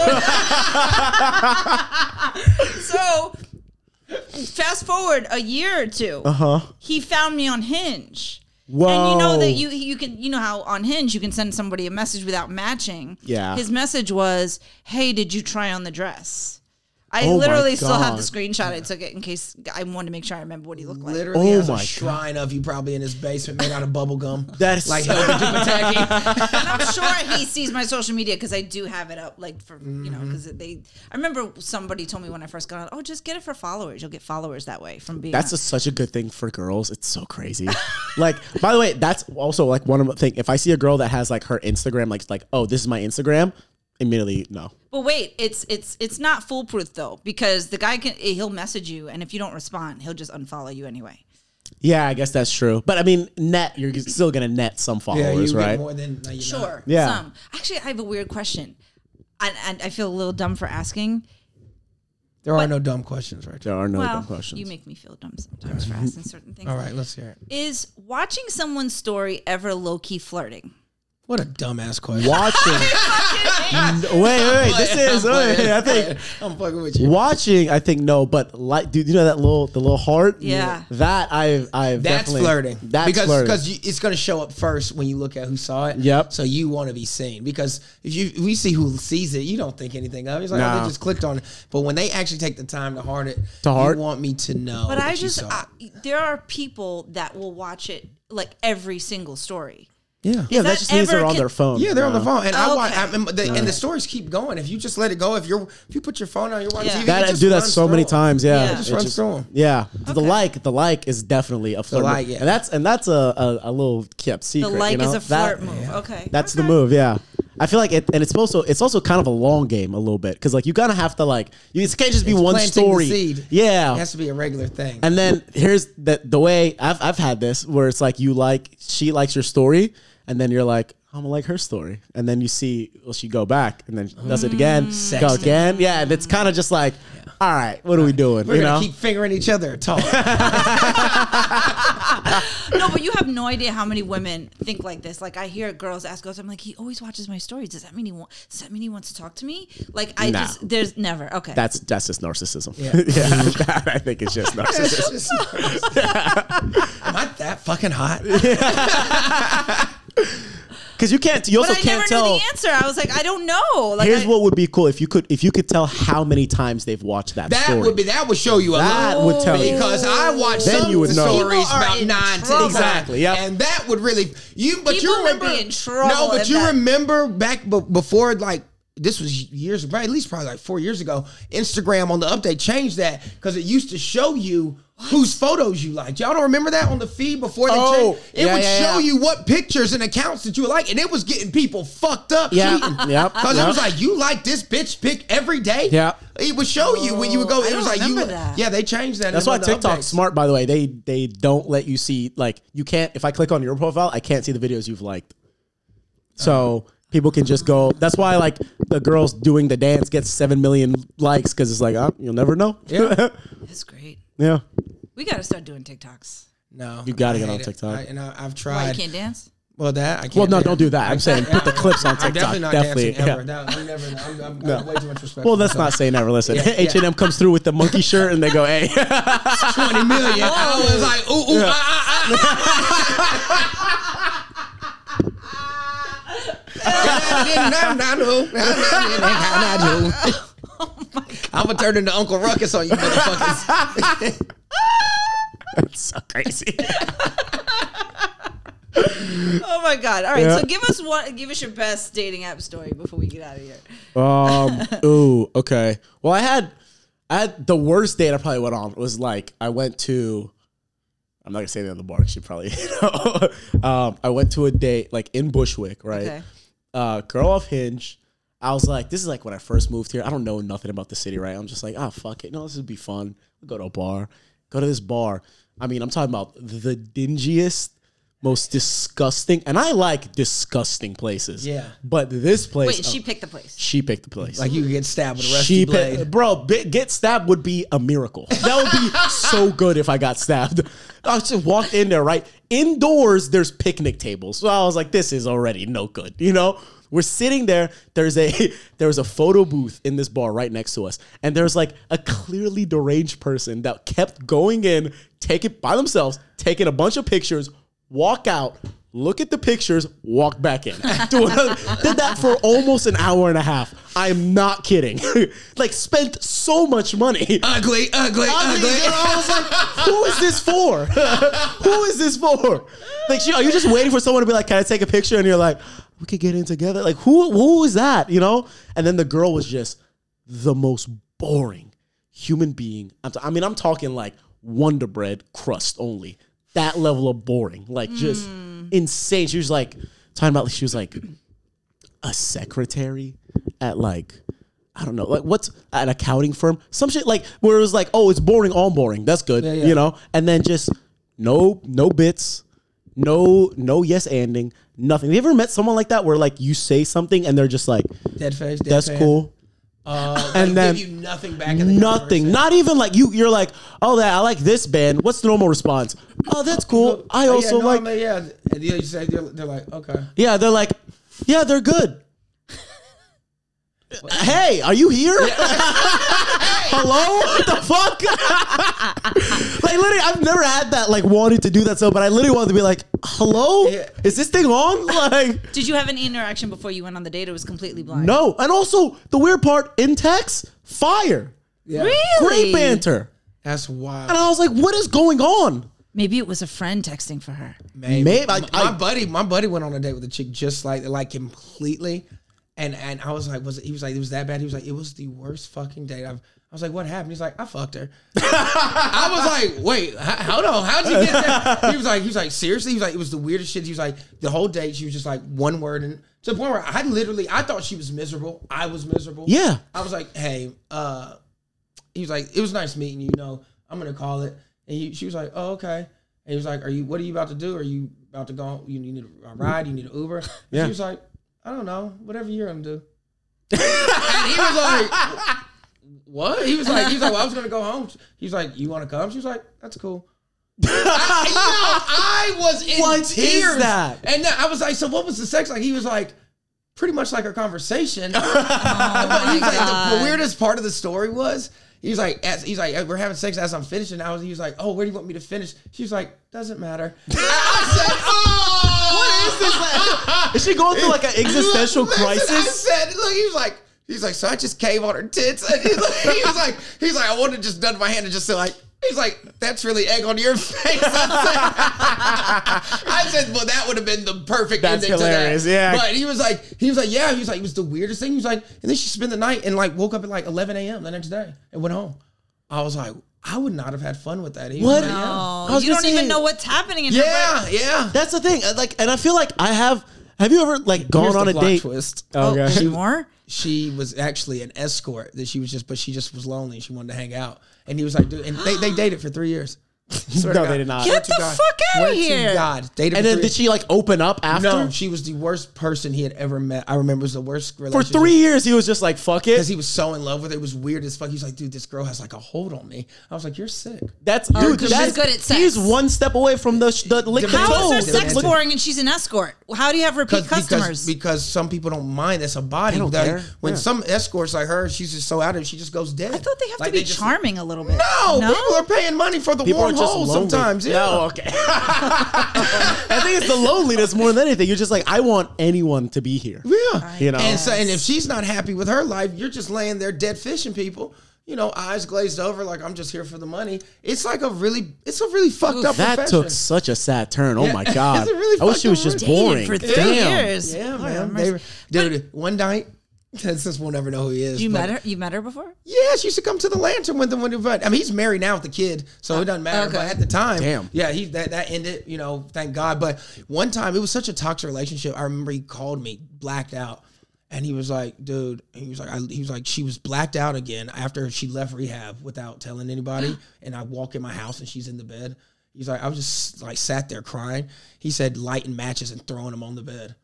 Speaker 4: So, fast forward a year or two. Uh
Speaker 5: Uh-huh.
Speaker 4: huh. He found me on Hinge. And you know
Speaker 5: Whoa.
Speaker 4: that you you can you know how on Hinge you can send somebody a message without matching.
Speaker 5: Yeah.
Speaker 4: His message was, "Hey, did you try on the dress?" I
Speaker 5: Oh my
Speaker 4: literally still have the
Speaker 5: God.
Speaker 4: screenshot. I took it in case I wanted to make sure I remember what he looked like.
Speaker 3: Literally
Speaker 5: Oh
Speaker 3: has
Speaker 5: my
Speaker 3: a
Speaker 5: God.
Speaker 3: shrine of you probably in his basement made out of bubble gum.
Speaker 5: That's
Speaker 3: like Helga Dupataki.
Speaker 4: And I'm sure he sees my social media because I do have it up, like for you
Speaker 5: Mm-hmm.
Speaker 4: know, because they. I remember somebody told me when I first got on, "Oh, just get it for followers. You'll get followers that way from being."
Speaker 5: That's
Speaker 4: on."
Speaker 5: a, such a good thing for girls. It's so crazy. like, by the way, that's also like one of the thing. If I see a girl that has like her Instagram, like like oh, this is my Instagram, immediately no.
Speaker 4: But wait, it's it's it's not foolproof though because the guy can he'll message you and if you don't respond, he'll just unfollow you anyway.
Speaker 5: Yeah, I guess that's true. But I mean, net, you're still gonna net some
Speaker 3: Yeah, you
Speaker 5: followers,
Speaker 3: get
Speaker 5: right?
Speaker 3: more than no, you're not.
Speaker 4: Sure.
Speaker 5: Uh, Yeah.
Speaker 4: Some. Actually, I have a weird question. And, and I feel a little dumb for asking.
Speaker 3: There are no dumb questions, right?
Speaker 5: There are no
Speaker 4: well,
Speaker 5: dumb questions.
Speaker 4: you make me feel dumb sometimes for asking certain things.
Speaker 3: All right, let's hear it.
Speaker 4: Is watching someone's story ever low key flirting?
Speaker 3: What a dumbass question.
Speaker 5: watching. wait, wait, wait. This is. wait, I think
Speaker 3: I'm fucking
Speaker 4: uh,
Speaker 3: with you.
Speaker 5: watching. I think no, but like, dude, you know that little the little heart.
Speaker 4: Yeah.
Speaker 5: That I I
Speaker 3: That's flirting.
Speaker 5: That's
Speaker 3: because
Speaker 5: flirting.
Speaker 3: because you- it's going to show up first when you look at who saw it.
Speaker 5: Yep.
Speaker 3: So you want to be seen because if you if we see who sees it, you don't think anything of it. It's like oh,
Speaker 5: Nah.
Speaker 3: they just clicked on it. But when they actually take the time to heart it,
Speaker 5: To heart?
Speaker 3: you want me to know.
Speaker 4: But
Speaker 3: that
Speaker 4: I
Speaker 3: you
Speaker 4: just,
Speaker 3: saw it.
Speaker 4: I, there are people that will watch it like every single story.
Speaker 3: yeah.
Speaker 5: yeah, that
Speaker 4: that
Speaker 5: just means they're
Speaker 4: ever
Speaker 5: on
Speaker 4: con-
Speaker 5: their phone.
Speaker 3: Yeah, they're on the
Speaker 5: Yeah.
Speaker 3: phone, and I, watch,
Speaker 4: Okay.
Speaker 3: I and the, and the stories keep going. If you just let it go, if you're if you put your phone on, you're watching
Speaker 4: Yeah.
Speaker 3: TV.
Speaker 5: That
Speaker 3: it
Speaker 5: I
Speaker 3: just
Speaker 5: do that
Speaker 3: runs
Speaker 5: so
Speaker 3: through
Speaker 5: many
Speaker 3: 'em.
Speaker 5: times. Yeah.
Speaker 4: Yeah. It
Speaker 3: It just
Speaker 5: It's
Speaker 3: runs through 'em.
Speaker 5: Yeah, the
Speaker 4: Okay.
Speaker 5: like, the like is definitely a flirt.
Speaker 3: like,
Speaker 5: move.
Speaker 3: yeah.
Speaker 5: and that's and that's a a, a little kept
Speaker 4: The
Speaker 5: secret.
Speaker 4: like
Speaker 5: you know?
Speaker 4: is a
Speaker 5: That-
Speaker 4: flirt move. Okay.
Speaker 5: That's the move, yeah. I feel like it, and it's also it's also kind of a long game a little bit because like you gotta have to like you, it can't just be one
Speaker 3: planting the
Speaker 5: story,
Speaker 3: seed.
Speaker 5: yeah.
Speaker 3: It has to be a regular thing.
Speaker 5: and then here's the the way I've I've had this where it's like you like she likes your story, and then you're like I'm gonna like her story, and then you see well she go back and then she does it again, go
Speaker 3: Sexting.
Speaker 5: again, yeah. And it's kind of just like, all right, what are we doing?
Speaker 3: We're
Speaker 5: you
Speaker 3: gonna
Speaker 5: know,
Speaker 3: keep fingering each other. Talk.
Speaker 4: No, but you have no idea how many women think like this. Like I hear girls ask girls, I'm like, he always watches my stories. Does that mean he wa- does that mean he wants to talk to me? Like I
Speaker 5: Nah.
Speaker 4: just there's never okay.
Speaker 5: that's that's just narcissism.
Speaker 3: Yeah.
Speaker 5: Yeah, that I think it's just narcissism.
Speaker 3: Am I that fucking hot?
Speaker 5: Because you can't, you
Speaker 4: but
Speaker 5: also
Speaker 4: I
Speaker 5: can't
Speaker 4: never
Speaker 5: tell.
Speaker 4: knew the answer. I was like, I don't know. Like
Speaker 5: Here's
Speaker 4: I,
Speaker 5: what would be cool if you could if you could tell how many times they've watched that,
Speaker 3: That
Speaker 5: story.
Speaker 3: would be that would show you a
Speaker 5: That
Speaker 3: lot.
Speaker 5: would tell you.
Speaker 3: because I watched
Speaker 5: Then
Speaker 3: some
Speaker 5: you would know.
Speaker 3: stories
Speaker 4: People are
Speaker 3: about
Speaker 4: in
Speaker 3: nine
Speaker 4: trouble.
Speaker 3: to
Speaker 5: Exactly, yep.
Speaker 3: and that would really you. But
Speaker 4: People
Speaker 3: you
Speaker 4: would
Speaker 3: remember
Speaker 4: be in trouble
Speaker 3: No, but
Speaker 4: if
Speaker 3: you
Speaker 4: that-
Speaker 3: remember back b- before like. This was years, right? At least probably like four years ago. Instagram on the update changed that because it used to show you whose photos you liked. Y'all don't remember that on the feed before they
Speaker 5: Oh,
Speaker 3: changed. It
Speaker 5: yeah,
Speaker 3: would
Speaker 5: yeah,
Speaker 3: show
Speaker 5: yeah.
Speaker 3: you what pictures and accounts that you like, and it was getting people fucked up.
Speaker 5: Yeah, yep,
Speaker 3: Because it
Speaker 5: yep.
Speaker 3: was like you like this bitch pic every day.
Speaker 5: Yep.
Speaker 3: It would show you when you would go.
Speaker 4: Oh, I
Speaker 3: It
Speaker 4: don't
Speaker 3: was like you.
Speaker 4: remember that.
Speaker 3: Yeah, they changed that.
Speaker 5: That's
Speaker 3: in
Speaker 5: why
Speaker 3: the
Speaker 5: TikTok's
Speaker 3: updates.
Speaker 5: smart, by the way. They they don't let you see like you can't. If I click on your profile, I can't see the videos you've liked. So people can just go. That's why like the girls doing the dance gets seven million likes because it's like oh, you'll never know.
Speaker 3: Yeah.
Speaker 4: That's great.
Speaker 5: yeah.
Speaker 4: We gotta start doing TikToks.
Speaker 3: No,
Speaker 5: You gotta
Speaker 3: I
Speaker 5: get
Speaker 3: hate
Speaker 5: on
Speaker 3: it.
Speaker 5: TikTok.
Speaker 3: I, and I, I've
Speaker 4: Why you
Speaker 3: tried.
Speaker 4: can't dance?
Speaker 3: well, that I can't.
Speaker 5: Well, no,
Speaker 3: dance.
Speaker 5: don't do that. I'm saying put the clips on TikTok.
Speaker 3: I'm definitely not
Speaker 5: definitely.
Speaker 3: dancing ever.
Speaker 5: yeah.
Speaker 3: That, I'm never. I'm, I'm, I'm way too much respect.
Speaker 5: Well,
Speaker 3: for
Speaker 5: let's not
Speaker 3: myself.
Speaker 5: say never. Listen,
Speaker 3: Yeah,
Speaker 5: H and M comes through with the monkey shirt, and they go, "Hey,
Speaker 3: twenty million.
Speaker 4: Oh.
Speaker 3: I was like, ooh, ooh, ah, ah, ah.
Speaker 4: Oh
Speaker 3: I'm gonna turn into Uncle Ruckus on you motherfuckers.
Speaker 5: that's so crazy."
Speaker 4: Oh my god. All right.
Speaker 5: Yeah.
Speaker 4: So give us one give us your best dating app story before we get out of here.
Speaker 5: Um. ooh. Okay. Well, I had, I had the worst date I probably went on was like I went to, I'm not gonna say the name of the bar. 'cause She probably. um. I went to a date like in Bushwick, right?
Speaker 4: Okay.
Speaker 5: Uh, girl off Hinge. I was like, this is like when I first moved here. I don't know nothing about the city, right? I'm just like, ah, fuck it. No, this would be fun. I'll go to a bar. Go to this bar. I mean, I'm talking about the dingiest, most disgusting, and I like disgusting places.
Speaker 3: Yeah.
Speaker 5: But this place,
Speaker 4: Wait, she picked the place.
Speaker 5: she picked the place.
Speaker 3: Like you could get stabbed with a rusty
Speaker 5: she
Speaker 3: blade.
Speaker 5: picked, bro, bi- get stabbed would be a miracle. That would be so good if I got stabbed. I just walked in there, right? Indoors, there's picnic tables. So I was like, this is already no good. You know, we're sitting there. There's a there was a photo booth in this bar right next to us, and there's like a clearly deranged person that kept going in, taking by themselves, taking a bunch of pictures, walk out. Look at the pictures, walk back in. Do another- did that for almost an hour and a half. I'm not kidding. like spent so much money.
Speaker 3: ugly, ugly,
Speaker 5: I mean,
Speaker 3: ugly.
Speaker 5: girl, I was like, who is this for? who is this for? Like, you know, you're just waiting for someone to be like, can I take a picture? And you're like, we could get in together. Like, who who is that? You know? And then the girl was just the most boring human being. I'm t- I mean, I'm talking like Wonder Bread crust only. That level of boring. Like, just insane. She was like, talking about, she was like, a secretary at like I don't know, like what's an accounting firm? Some shit like where it was like, oh, it's boring, all boring. That's good,
Speaker 3: Yeah, yeah.
Speaker 5: you know. And then just no, no bits, no, no yes ending, nothing. Have you ever met someone like that where like you say something and they're just like,
Speaker 3: Dead face. Dead
Speaker 5: that's
Speaker 3: fan.
Speaker 5: cool,
Speaker 3: Uh,
Speaker 5: And
Speaker 3: and
Speaker 5: then-
Speaker 3: then give you nothing back. In the
Speaker 5: nothing, not even like you. You're like, oh, that I like this band. What's the normal response? Oh, that's cool. I
Speaker 3: Oh, yeah,
Speaker 5: also
Speaker 3: no,
Speaker 5: like.
Speaker 3: I'm yeah. And you say they're, they're like, okay.
Speaker 5: Yeah, they're like, yeah, they're good. hey, are you here? Hello? What the fuck? like literally, I've never had that like wanted to do that so, but I literally wanted to be like, hello?
Speaker 3: Yeah.
Speaker 5: Is this thing on? Like,
Speaker 4: Did you have any interaction before you went on the date? It was completely blind.
Speaker 5: no. And also the weird part, in text, fire.
Speaker 3: Yeah.
Speaker 4: really.
Speaker 5: Great banter.
Speaker 3: That's wild.
Speaker 5: And I was like, what is going on?
Speaker 4: Maybe it was a friend texting for her.
Speaker 3: Maybe.
Speaker 5: Maybe, I-
Speaker 3: my,
Speaker 5: I-
Speaker 3: my buddy, my buddy went on a date with a chick just like like completely, and and I was like, was it? He was like, it was that bad. He was like, it was the worst fucking date I've. I was like, what happened? He's like, I fucked her. I was like, wait, h- hold on, how'd you get that? He was like, he was like, seriously? He was like, it was the weirdest shit. He was like, the whole date, she was just like one word and to the point where I literally, I thought she was miserable. I was miserable.
Speaker 5: Yeah.
Speaker 3: I was like, hey, uh, he was like, it was nice meeting you. You know, I'm gonna call it. And he, she was like, oh okay. And he was like, are you? What are you about to do? Are you about to go? on- You need a ride? You need an Uber? And
Speaker 5: Yeah.
Speaker 3: She was like, I don't know. Whatever you're gonna do. and he was like, what? He was like, he was like, well, I was gonna go home. He was like, you want to come? She was like, that's cool. I, yo, I was in
Speaker 5: What is
Speaker 3: tears.
Speaker 5: that?
Speaker 3: And I was like, so what was the sex like? He was like, pretty much like our conversation.
Speaker 4: Oh
Speaker 3: But he's like, the, the weirdest part of the story was he's like, as, he's like, we're having sex as I'm finishing. I was, he was like, oh, where do you want me to finish? She was like, doesn't matter. I said, oh,
Speaker 5: What is this? Like, is she going through like an existential
Speaker 3: Look, listen,
Speaker 5: crisis?
Speaker 3: I said, look, he was like, he's like, so I just cave on her tits. And he's like, he was like, he's like, I would have just done my hand and just said like, he's like, that's really egg on your face. I said, I said, well, that would have been the perfect
Speaker 5: That's
Speaker 3: ending
Speaker 5: hilarious,
Speaker 3: to that.
Speaker 5: yeah.
Speaker 3: But he was like, he was like, yeah, he was like, it was the weirdest thing. He was like, and then she spent the night and like woke up at like 11 a.m. the next day and went home. I was like, I would not have had fun with that. He was
Speaker 5: What?
Speaker 3: like, yeah.
Speaker 5: I
Speaker 4: Oh,
Speaker 5: was
Speaker 4: you don't
Speaker 5: gonna
Speaker 4: even
Speaker 5: say-
Speaker 4: know what's happening in her brain.
Speaker 3: Yeah, yeah.
Speaker 5: That's the thing. uh, Like, and I feel like I have. Have you ever like gone
Speaker 3: Here's
Speaker 5: on
Speaker 3: the
Speaker 5: a
Speaker 3: plot
Speaker 5: date?
Speaker 3: twist.
Speaker 4: Oh,
Speaker 5: Okay.
Speaker 4: there's more?
Speaker 3: she was actually an escort that she was just, but she just was lonely. She wanted to hang out, and he was like, dude, and they, they dated for three years. Swear to
Speaker 5: No,
Speaker 3: God.
Speaker 5: they did not.
Speaker 3: Swear
Speaker 4: Get
Speaker 3: to
Speaker 4: the
Speaker 3: God.
Speaker 4: fuck outta
Speaker 3: Swear to
Speaker 4: here.
Speaker 3: God, dated.
Speaker 5: And
Speaker 3: for
Speaker 5: then
Speaker 3: three
Speaker 5: did she like open up after?
Speaker 3: No, she was the worst person he had ever met. I remember it was the worst
Speaker 5: For
Speaker 3: relationship
Speaker 5: three years, he was just like, "Fuck
Speaker 3: because
Speaker 5: it."
Speaker 3: he was so in love with her. It was weird as fuck. He was like, dude, this girl has like a hold on me. I was like, you're sick.
Speaker 5: That's dude.
Speaker 4: 'cause she's
Speaker 5: That's
Speaker 4: good at sex.
Speaker 5: He's one step away from the sh- the lick the
Speaker 3: How
Speaker 4: How is
Speaker 5: toes.
Speaker 4: her
Speaker 3: Oh,
Speaker 4: sex
Speaker 3: look-
Speaker 4: boring and she's an escort? How do you have repeat
Speaker 3: because
Speaker 4: customers?
Speaker 3: because some people don't mind that's a body.
Speaker 5: don't
Speaker 3: Like,
Speaker 5: care.
Speaker 3: When
Speaker 5: Yeah.
Speaker 3: some escorts like her, she's just so out of it, she just goes dead.
Speaker 4: I thought they have to
Speaker 3: Like,
Speaker 4: be
Speaker 3: just-
Speaker 4: charming a little bit.
Speaker 3: No, people are paying money for the warm hole
Speaker 5: lonely.
Speaker 3: sometimes. Yeah.
Speaker 5: No, okay. I think it's the loneliness more than anything. You're just like, I want anyone to be here.
Speaker 3: Yeah.
Speaker 5: You know?
Speaker 3: And so and if she's not happy with her life, you're just laying there dead fishing people. You know, eyes glazed over, like I'm just here for the money. It's like a really, it's a really fucked up.
Speaker 5: That
Speaker 3: profession.
Speaker 5: took such a sad turn. Oh my
Speaker 3: Yeah.
Speaker 5: god!
Speaker 3: It's a really
Speaker 5: I wish she
Speaker 3: fucked
Speaker 5: was
Speaker 3: up
Speaker 5: just
Speaker 3: relationship.
Speaker 5: boring.
Speaker 4: for three
Speaker 5: Damn.
Speaker 4: years.
Speaker 3: Yeah,
Speaker 4: Lord have
Speaker 3: man.
Speaker 4: mercy.
Speaker 3: They were, dude, one night, since we'll never know who he is.
Speaker 4: you
Speaker 3: but-
Speaker 4: met her. You met her before?
Speaker 3: Yeah, she used to come to the lantern with him when he was. I mean, he's married now with the kid, so it doesn't matter.
Speaker 4: okay.
Speaker 3: But at the time,
Speaker 5: Damn.
Speaker 3: yeah, he that that ended. You know, thank God. But one time, it was such a toxic relationship. I remember he called me blacked out, and he was like, "Dude," he was like, I, "He was like, she was blacked out again after she left rehab without telling anybody." and I walk in my house, and she's in the bed. He's like, I was just like sat there crying. He said, lighting matches and throwing them on the bed.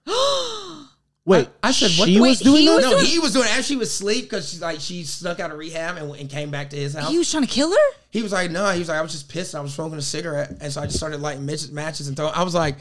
Speaker 5: Wait,
Speaker 3: I said, what
Speaker 5: she
Speaker 3: the-
Speaker 5: was doing
Speaker 4: he
Speaker 5: that?
Speaker 4: was
Speaker 3: no,
Speaker 4: doing-
Speaker 3: he was doing it as she was asleep because she's like she snuck out of rehab and, and came back to his house.
Speaker 4: He was trying to kill her.
Speaker 3: He was like, no. He was like, I was just pissed. I was smoking a cigarette, and so I just started lighting matches, matches and throwing. I was like,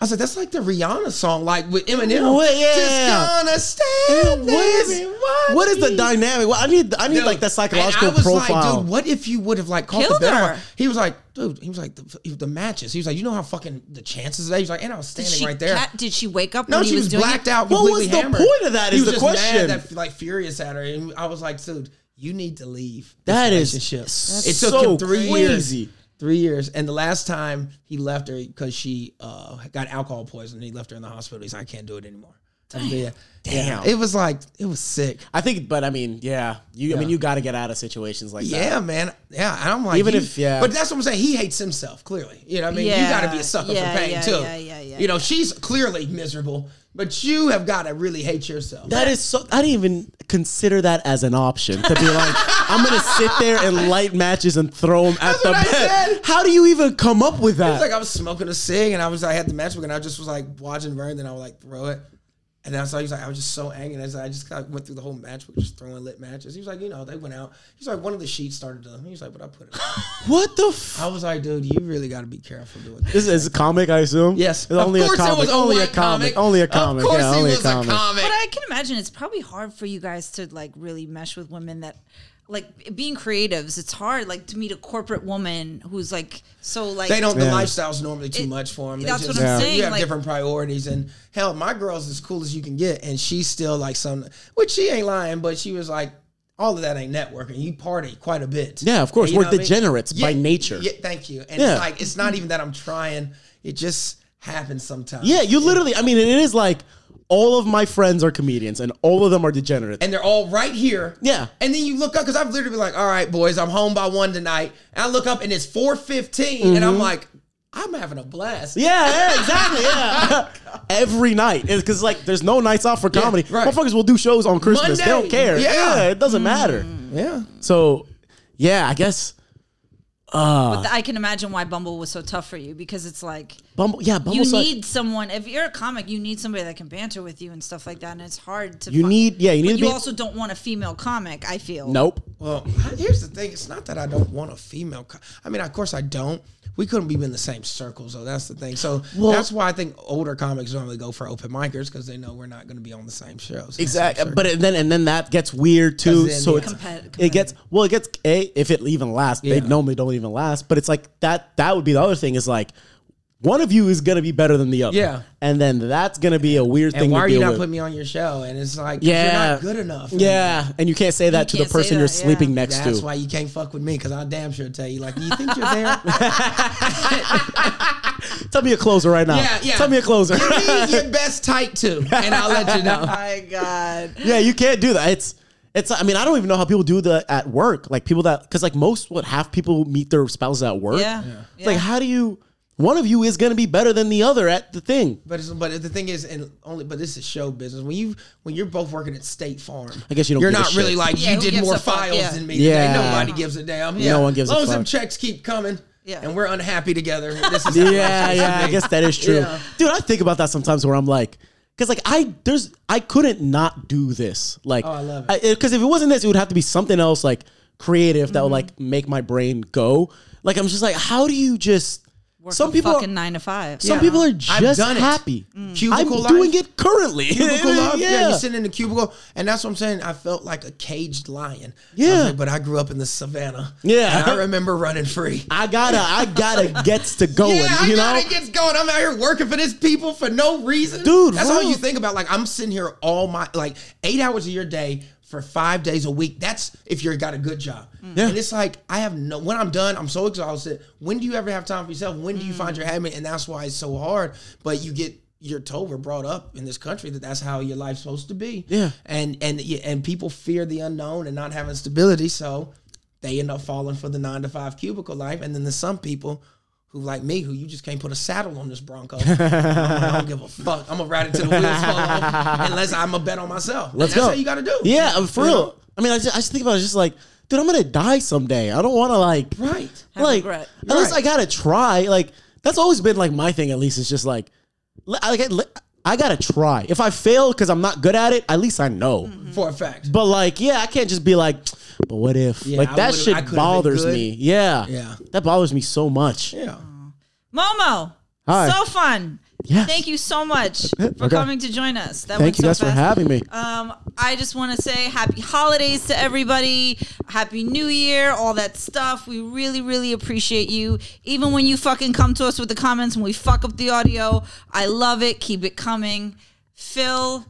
Speaker 3: I said, that's like the Rihanna song, like with Eminem.
Speaker 5: Well, yeah.
Speaker 3: Just gonna stand
Speaker 5: What is,
Speaker 3: there and watch
Speaker 5: what is the
Speaker 3: me."
Speaker 5: dynamic? Well, I need I need
Speaker 3: Dude,
Speaker 5: like the psychological
Speaker 3: and I was
Speaker 5: profile.
Speaker 3: Like, dude, what if you would have like caught
Speaker 4: Killed
Speaker 3: the bell?
Speaker 4: her.
Speaker 3: He was like, dude. He was like the, the matches. He was like, you know how fucking the chances of that. He was like, and I was standing
Speaker 4: she
Speaker 3: right there.
Speaker 4: ca- did she wake up?
Speaker 3: No,
Speaker 4: when
Speaker 3: she
Speaker 4: he
Speaker 3: was,
Speaker 4: doing
Speaker 3: blacked
Speaker 4: it?
Speaker 3: out.
Speaker 5: What
Speaker 3: Completely
Speaker 5: was the
Speaker 3: hammered.
Speaker 5: point of that
Speaker 3: He
Speaker 5: is
Speaker 3: was
Speaker 5: the
Speaker 3: just
Speaker 5: question.
Speaker 3: Mad that, like furious at her, and I was like, dude, you need to leave. this
Speaker 5: That is
Speaker 3: relationship.
Speaker 5: so
Speaker 3: It took him three
Speaker 5: crazy.
Speaker 3: years. Three years, and the last time he left her because she uh, got alcohol poisoning, he left her in the hospital. He's like, I can't do it anymore. Damn. Yeah.
Speaker 5: Damn.
Speaker 3: it was like it was sick.
Speaker 5: I think, but I mean, yeah, you. I mean, you got to get out of situations like that.
Speaker 3: Yeah, man. Yeah, and I'm like,
Speaker 5: Even
Speaker 3: he-
Speaker 5: if- yeah.
Speaker 3: but that's what I'm saying. He hates himself clearly. You know, what I mean, you
Speaker 4: Yeah,
Speaker 3: got to be a sucker
Speaker 4: yeah,
Speaker 3: for pain
Speaker 4: yeah,
Speaker 3: too.
Speaker 4: yeah, yeah, yeah,
Speaker 3: you know, she's clearly miserable. But you have got to really hate yourself.
Speaker 5: That is so. I didn't even consider that as an option to be like, I'm gonna sit there and light matches and throw them at
Speaker 3: That's
Speaker 5: the
Speaker 3: what I
Speaker 5: bed.
Speaker 3: said.
Speaker 5: How do you even come up with that?
Speaker 3: It's like I was smoking a cig and I was I had the matchbook and I just was like watching Vern, then I would like throw it. And then I saw he was like, I was just so angry. And I, was like, I just kind of went through the whole matchbook, just throwing lit matches. He was like, you know, they went out. He's like, one of the sheets started to. He was like, but I put it. on."
Speaker 5: what the? F-
Speaker 3: I was like, dude, you really got to be careful doing this.
Speaker 5: this is a comic, I assume.
Speaker 3: Yes,
Speaker 5: it's only a comic. only a
Speaker 3: white
Speaker 5: comic. Only a comic.
Speaker 3: Of course,
Speaker 5: yeah,
Speaker 3: he
Speaker 5: only
Speaker 3: was
Speaker 5: a comic.
Speaker 4: But I can imagine it's probably hard for you guys to like really mesh with women that like being creatives. It's hard like to meet a corporate woman who's like so like
Speaker 3: They don't. The
Speaker 5: Yeah.
Speaker 3: lifestyle's normally too
Speaker 4: It-
Speaker 3: much for them. They
Speaker 4: that's what
Speaker 3: just-
Speaker 4: I'm Yeah. saying,
Speaker 3: You have
Speaker 4: like-
Speaker 3: different priorities, and hell, my girl's as cool as you can get, and she's still like some. Which she ain't lying, but she was like, all of that ain't networking. You party quite a bit.
Speaker 5: Yeah, of course.
Speaker 3: You know
Speaker 5: We're
Speaker 3: what I mean?
Speaker 5: degenerates by
Speaker 3: Yeah,
Speaker 5: nature.
Speaker 3: Yeah, thank you. And
Speaker 5: Yeah.
Speaker 3: it's like it's not even that I'm trying. It just happens sometimes.
Speaker 5: Yeah, you literally. I mean, it is like all of my friends are comedians, and all of them are degenerates.
Speaker 3: and they're all right here.
Speaker 5: Yeah.
Speaker 3: And then you look up because I've literally been like, all right, boys, I'm home by one tonight. And I look up and it's 415 and I'm like, I'm having a blast.
Speaker 5: Mm-hmm. yeah, yeah, exactly. Yeah, every night because like there's no nights off for comedy.
Speaker 3: right.
Speaker 5: Motherfuckers will do shows on Christmas. They
Speaker 3: Monday.
Speaker 5: don't care.
Speaker 3: Yeah.
Speaker 5: Yeah, it doesn't matter.
Speaker 3: Yeah.
Speaker 5: So, yeah, I guess
Speaker 4: but I can imagine why Bumble was so tough for you because it's like
Speaker 5: Bumble. Yeah, Bumble.
Speaker 4: you
Speaker 5: suck-
Speaker 4: need someone if you're a comic, you need somebody that can banter with you and stuff like that and it's hard to
Speaker 5: You
Speaker 4: fi-
Speaker 5: need- yeah, you need
Speaker 4: but
Speaker 5: to
Speaker 4: you
Speaker 5: be-
Speaker 4: also don't want a female comic, I feel.
Speaker 5: nope.
Speaker 3: Well, I- here's the thing. It's not that I don't want a female. Co- I mean, of course I don't. We couldn't be in the same circle, so that's the thing. So
Speaker 5: Well-
Speaker 3: that's why I think older comics normally go for open micers because they know we're not going to be on the same shows.
Speaker 5: Exactly, but and then and then that gets weird too.
Speaker 3: 'Cause then,
Speaker 5: so
Speaker 3: yeah.
Speaker 5: it's
Speaker 4: Compet-
Speaker 5: it gets well, it gets a if it even lasts. They
Speaker 3: Yeah.
Speaker 5: normally don't even last, but it's like that. That would be the other thing is like one of you is gonna be better than the other.
Speaker 3: Yeah.
Speaker 5: and then that's gonna be a weird
Speaker 3: And
Speaker 5: thing.
Speaker 3: why
Speaker 5: to
Speaker 3: are you
Speaker 5: deal
Speaker 3: not
Speaker 5: with.
Speaker 3: putting me on your show? And it's like, 'cause
Speaker 5: Yeah,
Speaker 3: you're not good enough.
Speaker 5: Yeah, and you can't say that to
Speaker 4: can't say
Speaker 5: the person you're
Speaker 4: that, yeah.
Speaker 5: sleeping next
Speaker 3: That's
Speaker 5: to.
Speaker 3: why you can't fuck with me because I'll damn sure tell you, like, you think you're there?
Speaker 5: Tell me a closer right now.
Speaker 3: Yeah, yeah.
Speaker 5: Tell me a closer.
Speaker 3: Give me your best tight two, and I'll let you know.
Speaker 4: My God.
Speaker 5: yeah, you can't do that. It's it's. I mean, I don't even know how people do that at work. Like people that because like most what half people meet their spouses at work.
Speaker 4: Yeah. Yeah.
Speaker 5: It's Like how do you? One of you is gonna be better than the other at the thing.
Speaker 3: But it's, but the thing is, and only but this is show business. When you when you're both working at State Farm,
Speaker 5: I guess you don't
Speaker 3: You're
Speaker 5: give a
Speaker 3: not really
Speaker 5: shit.
Speaker 3: like
Speaker 4: Yeah,
Speaker 3: you
Speaker 4: who
Speaker 3: did
Speaker 4: gives
Speaker 3: more
Speaker 4: a fuck?
Speaker 3: files
Speaker 4: Yeah.
Speaker 3: than me.
Speaker 5: Yeah.
Speaker 3: Yeah, nobody gives a damn. Yeah.
Speaker 5: one gives a
Speaker 3: As long as them
Speaker 5: fuck.
Speaker 3: checks keep coming,
Speaker 4: Yeah.
Speaker 3: and we're unhappy together. This is
Speaker 5: Yeah, yeah. I guess that is true,
Speaker 3: Yeah.
Speaker 5: dude. I think about that sometimes where I'm like. Cause like I there's I couldn't not do this like
Speaker 3: Oh, I love it.
Speaker 5: because if it wasn't this it would have to be something else like creative that would
Speaker 3: Mm-hmm.
Speaker 5: like make my brain go like I'm just like how do you just
Speaker 4: Work
Speaker 5: some
Speaker 4: a
Speaker 5: people
Speaker 4: fucking nine to five.
Speaker 5: Some
Speaker 3: Yeah. Mm.
Speaker 5: people are
Speaker 3: I've
Speaker 5: just
Speaker 3: done it.
Speaker 5: happy. I'm
Speaker 3: Cubicle life.
Speaker 5: doing it currently.
Speaker 3: cubicle love. Yeah.
Speaker 5: yeah.
Speaker 3: you're sitting in the cubicle, and that's what I'm saying. I felt like a caged lion. I was
Speaker 5: Yeah.
Speaker 3: like, but I grew up in the savannah.
Speaker 5: Yeah.
Speaker 3: and I remember running free.
Speaker 5: I gotta, I gotta gets to going.
Speaker 3: Yeah, I
Speaker 5: you know,
Speaker 3: gotta get going. I'm out here working for this people for no reason,
Speaker 5: Dude,
Speaker 3: That's
Speaker 5: real.
Speaker 3: all you think about. Like I'm sitting here all my like eight hours of your day for five days a week. That's if you're got a good job.
Speaker 5: Mm.
Speaker 3: And it's like I have no. When I'm done, I'm so exhausted. When do you ever have time for yourself? When do you
Speaker 5: Mm.
Speaker 3: find your habit? And that's why it's so hard. But you get. You're told we're brought up in this country that that's how your life's supposed to be.
Speaker 5: Yeah.
Speaker 3: and and yeah, and people fear the unknown and not having stability, so they end up falling for the nine to five cubicle life. And then there's some people who like me, who you just can't put a saddle on this Bronco. I'm like, I don't give a fuck. I'm gonna ride it till the wheels fall off, unless I'm a bet on myself.
Speaker 5: Let's
Speaker 3: That's
Speaker 5: go.
Speaker 3: how you gotta do.
Speaker 5: Yeah, uh, for
Speaker 3: You
Speaker 5: real.
Speaker 3: know?
Speaker 5: I mean, I just, I just think about it, just like, dude, I'm gonna die someday. I don't want to like,
Speaker 3: Right.
Speaker 5: like,
Speaker 4: regret.
Speaker 5: unless
Speaker 3: Right.
Speaker 5: I gotta try. Like, that's always been like my thing. At least it's just like, li- I- like, I, li- I gotta try. If I fail because I'm not good at it, at least I know.
Speaker 3: For a fact.
Speaker 5: But like, yeah, I can't just be like, but what if?
Speaker 3: Yeah,
Speaker 5: like
Speaker 3: I
Speaker 5: that
Speaker 3: would've- I
Speaker 5: shit
Speaker 3: could've been
Speaker 5: bothers
Speaker 3: good.
Speaker 5: me. Yeah,
Speaker 3: Yeah.
Speaker 5: that bothers me so much.
Speaker 3: yeah.
Speaker 4: Momo.
Speaker 5: Hi.
Speaker 4: So fun.
Speaker 5: Yes.
Speaker 4: Thank you so much for
Speaker 5: Okay.
Speaker 4: coming to join us. That went
Speaker 5: Thank you
Speaker 4: so
Speaker 5: guys for
Speaker 4: fast.
Speaker 5: having me.
Speaker 4: Um, I just want to say happy holidays to everybody. Happy New Year, all that stuff. We really, really appreciate you. Even when you fucking come to us with the comments and we fuck up the audio, I love it. Keep it coming. Phil,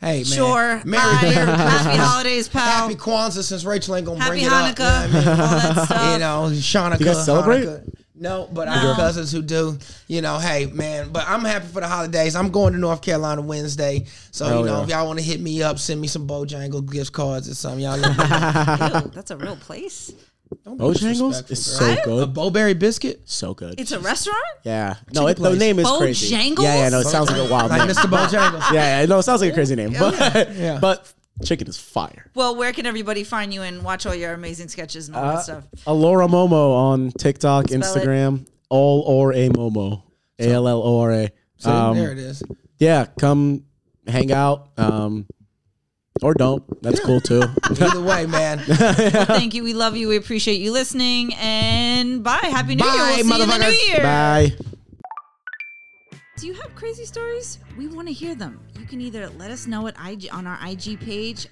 Speaker 3: Hey man.
Speaker 4: sure.
Speaker 3: Merry,
Speaker 4: Bye.
Speaker 3: Merry
Speaker 4: happy
Speaker 3: Christmas.
Speaker 4: holidays, pal.
Speaker 3: Happy
Speaker 4: Happy,
Speaker 3: Kwanzaa since Rachel ain't gonna bring it up.
Speaker 4: Hanukkah,
Speaker 3: You know, what I mean?
Speaker 4: all that stuff.
Speaker 3: you know Shauna.
Speaker 5: Do you guys celebrate?
Speaker 3: No, but I have cousins who do. You know, hey man, but I'm happy for the holidays. I'm going to North Carolina Wednesday, so
Speaker 5: Hell
Speaker 3: you know
Speaker 5: yeah.
Speaker 3: if y'all want to hit me up, send me some Bojangles gift cards or something. Y'all, let me know.
Speaker 4: Ew, that's a real place.
Speaker 3: Don't be
Speaker 5: Bojangles
Speaker 3: disrespectful,
Speaker 5: is
Speaker 3: girl.
Speaker 5: so
Speaker 3: a
Speaker 5: good.
Speaker 3: Bowberry biscuit.
Speaker 5: So good.
Speaker 4: It's a restaurant?
Speaker 5: yeah. No, it, the
Speaker 3: place.
Speaker 5: name is crazy.
Speaker 4: Bojangles?
Speaker 5: Yeah, yeah, no, it sounds like a wild
Speaker 3: Like
Speaker 5: name.
Speaker 3: Mr. Bojangles.
Speaker 5: Yeah, yeah, no, it sounds like a crazy name. But
Speaker 3: Yeah.
Speaker 5: but chicken is fire.
Speaker 4: Well, where can everybody find you and watch all your amazing sketches and all
Speaker 3: Uh,
Speaker 4: that stuff?
Speaker 5: Alora Momo on TikTok,
Speaker 4: Spell it.
Speaker 5: Instagram, all or a Momo, A L L O R A.
Speaker 3: See,
Speaker 5: Um,
Speaker 3: there it is.
Speaker 5: Yeah, come hang out, um, or don't. That's cool too.
Speaker 3: Either way, man.
Speaker 4: Thank you. We love you. We appreciate you listening. And bye. Happy New Year.
Speaker 3: Bye,
Speaker 4: We'll see you in the New
Speaker 3: motherfuckers.
Speaker 4: Year.
Speaker 5: Bye.
Speaker 4: Do you have crazy stories? We want to hear them. You can either let us know at IG on our IG page.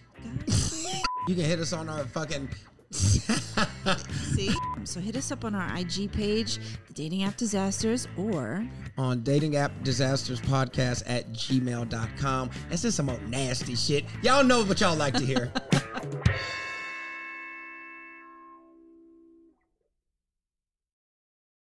Speaker 3: You can hit us on our fucking
Speaker 4: See? So hit us up on our IG page, the Dating App Disasters, or
Speaker 3: on dating app disasters podcast at gmail.com. That's just some old nasty shit. Y'all know what y'all like to hear.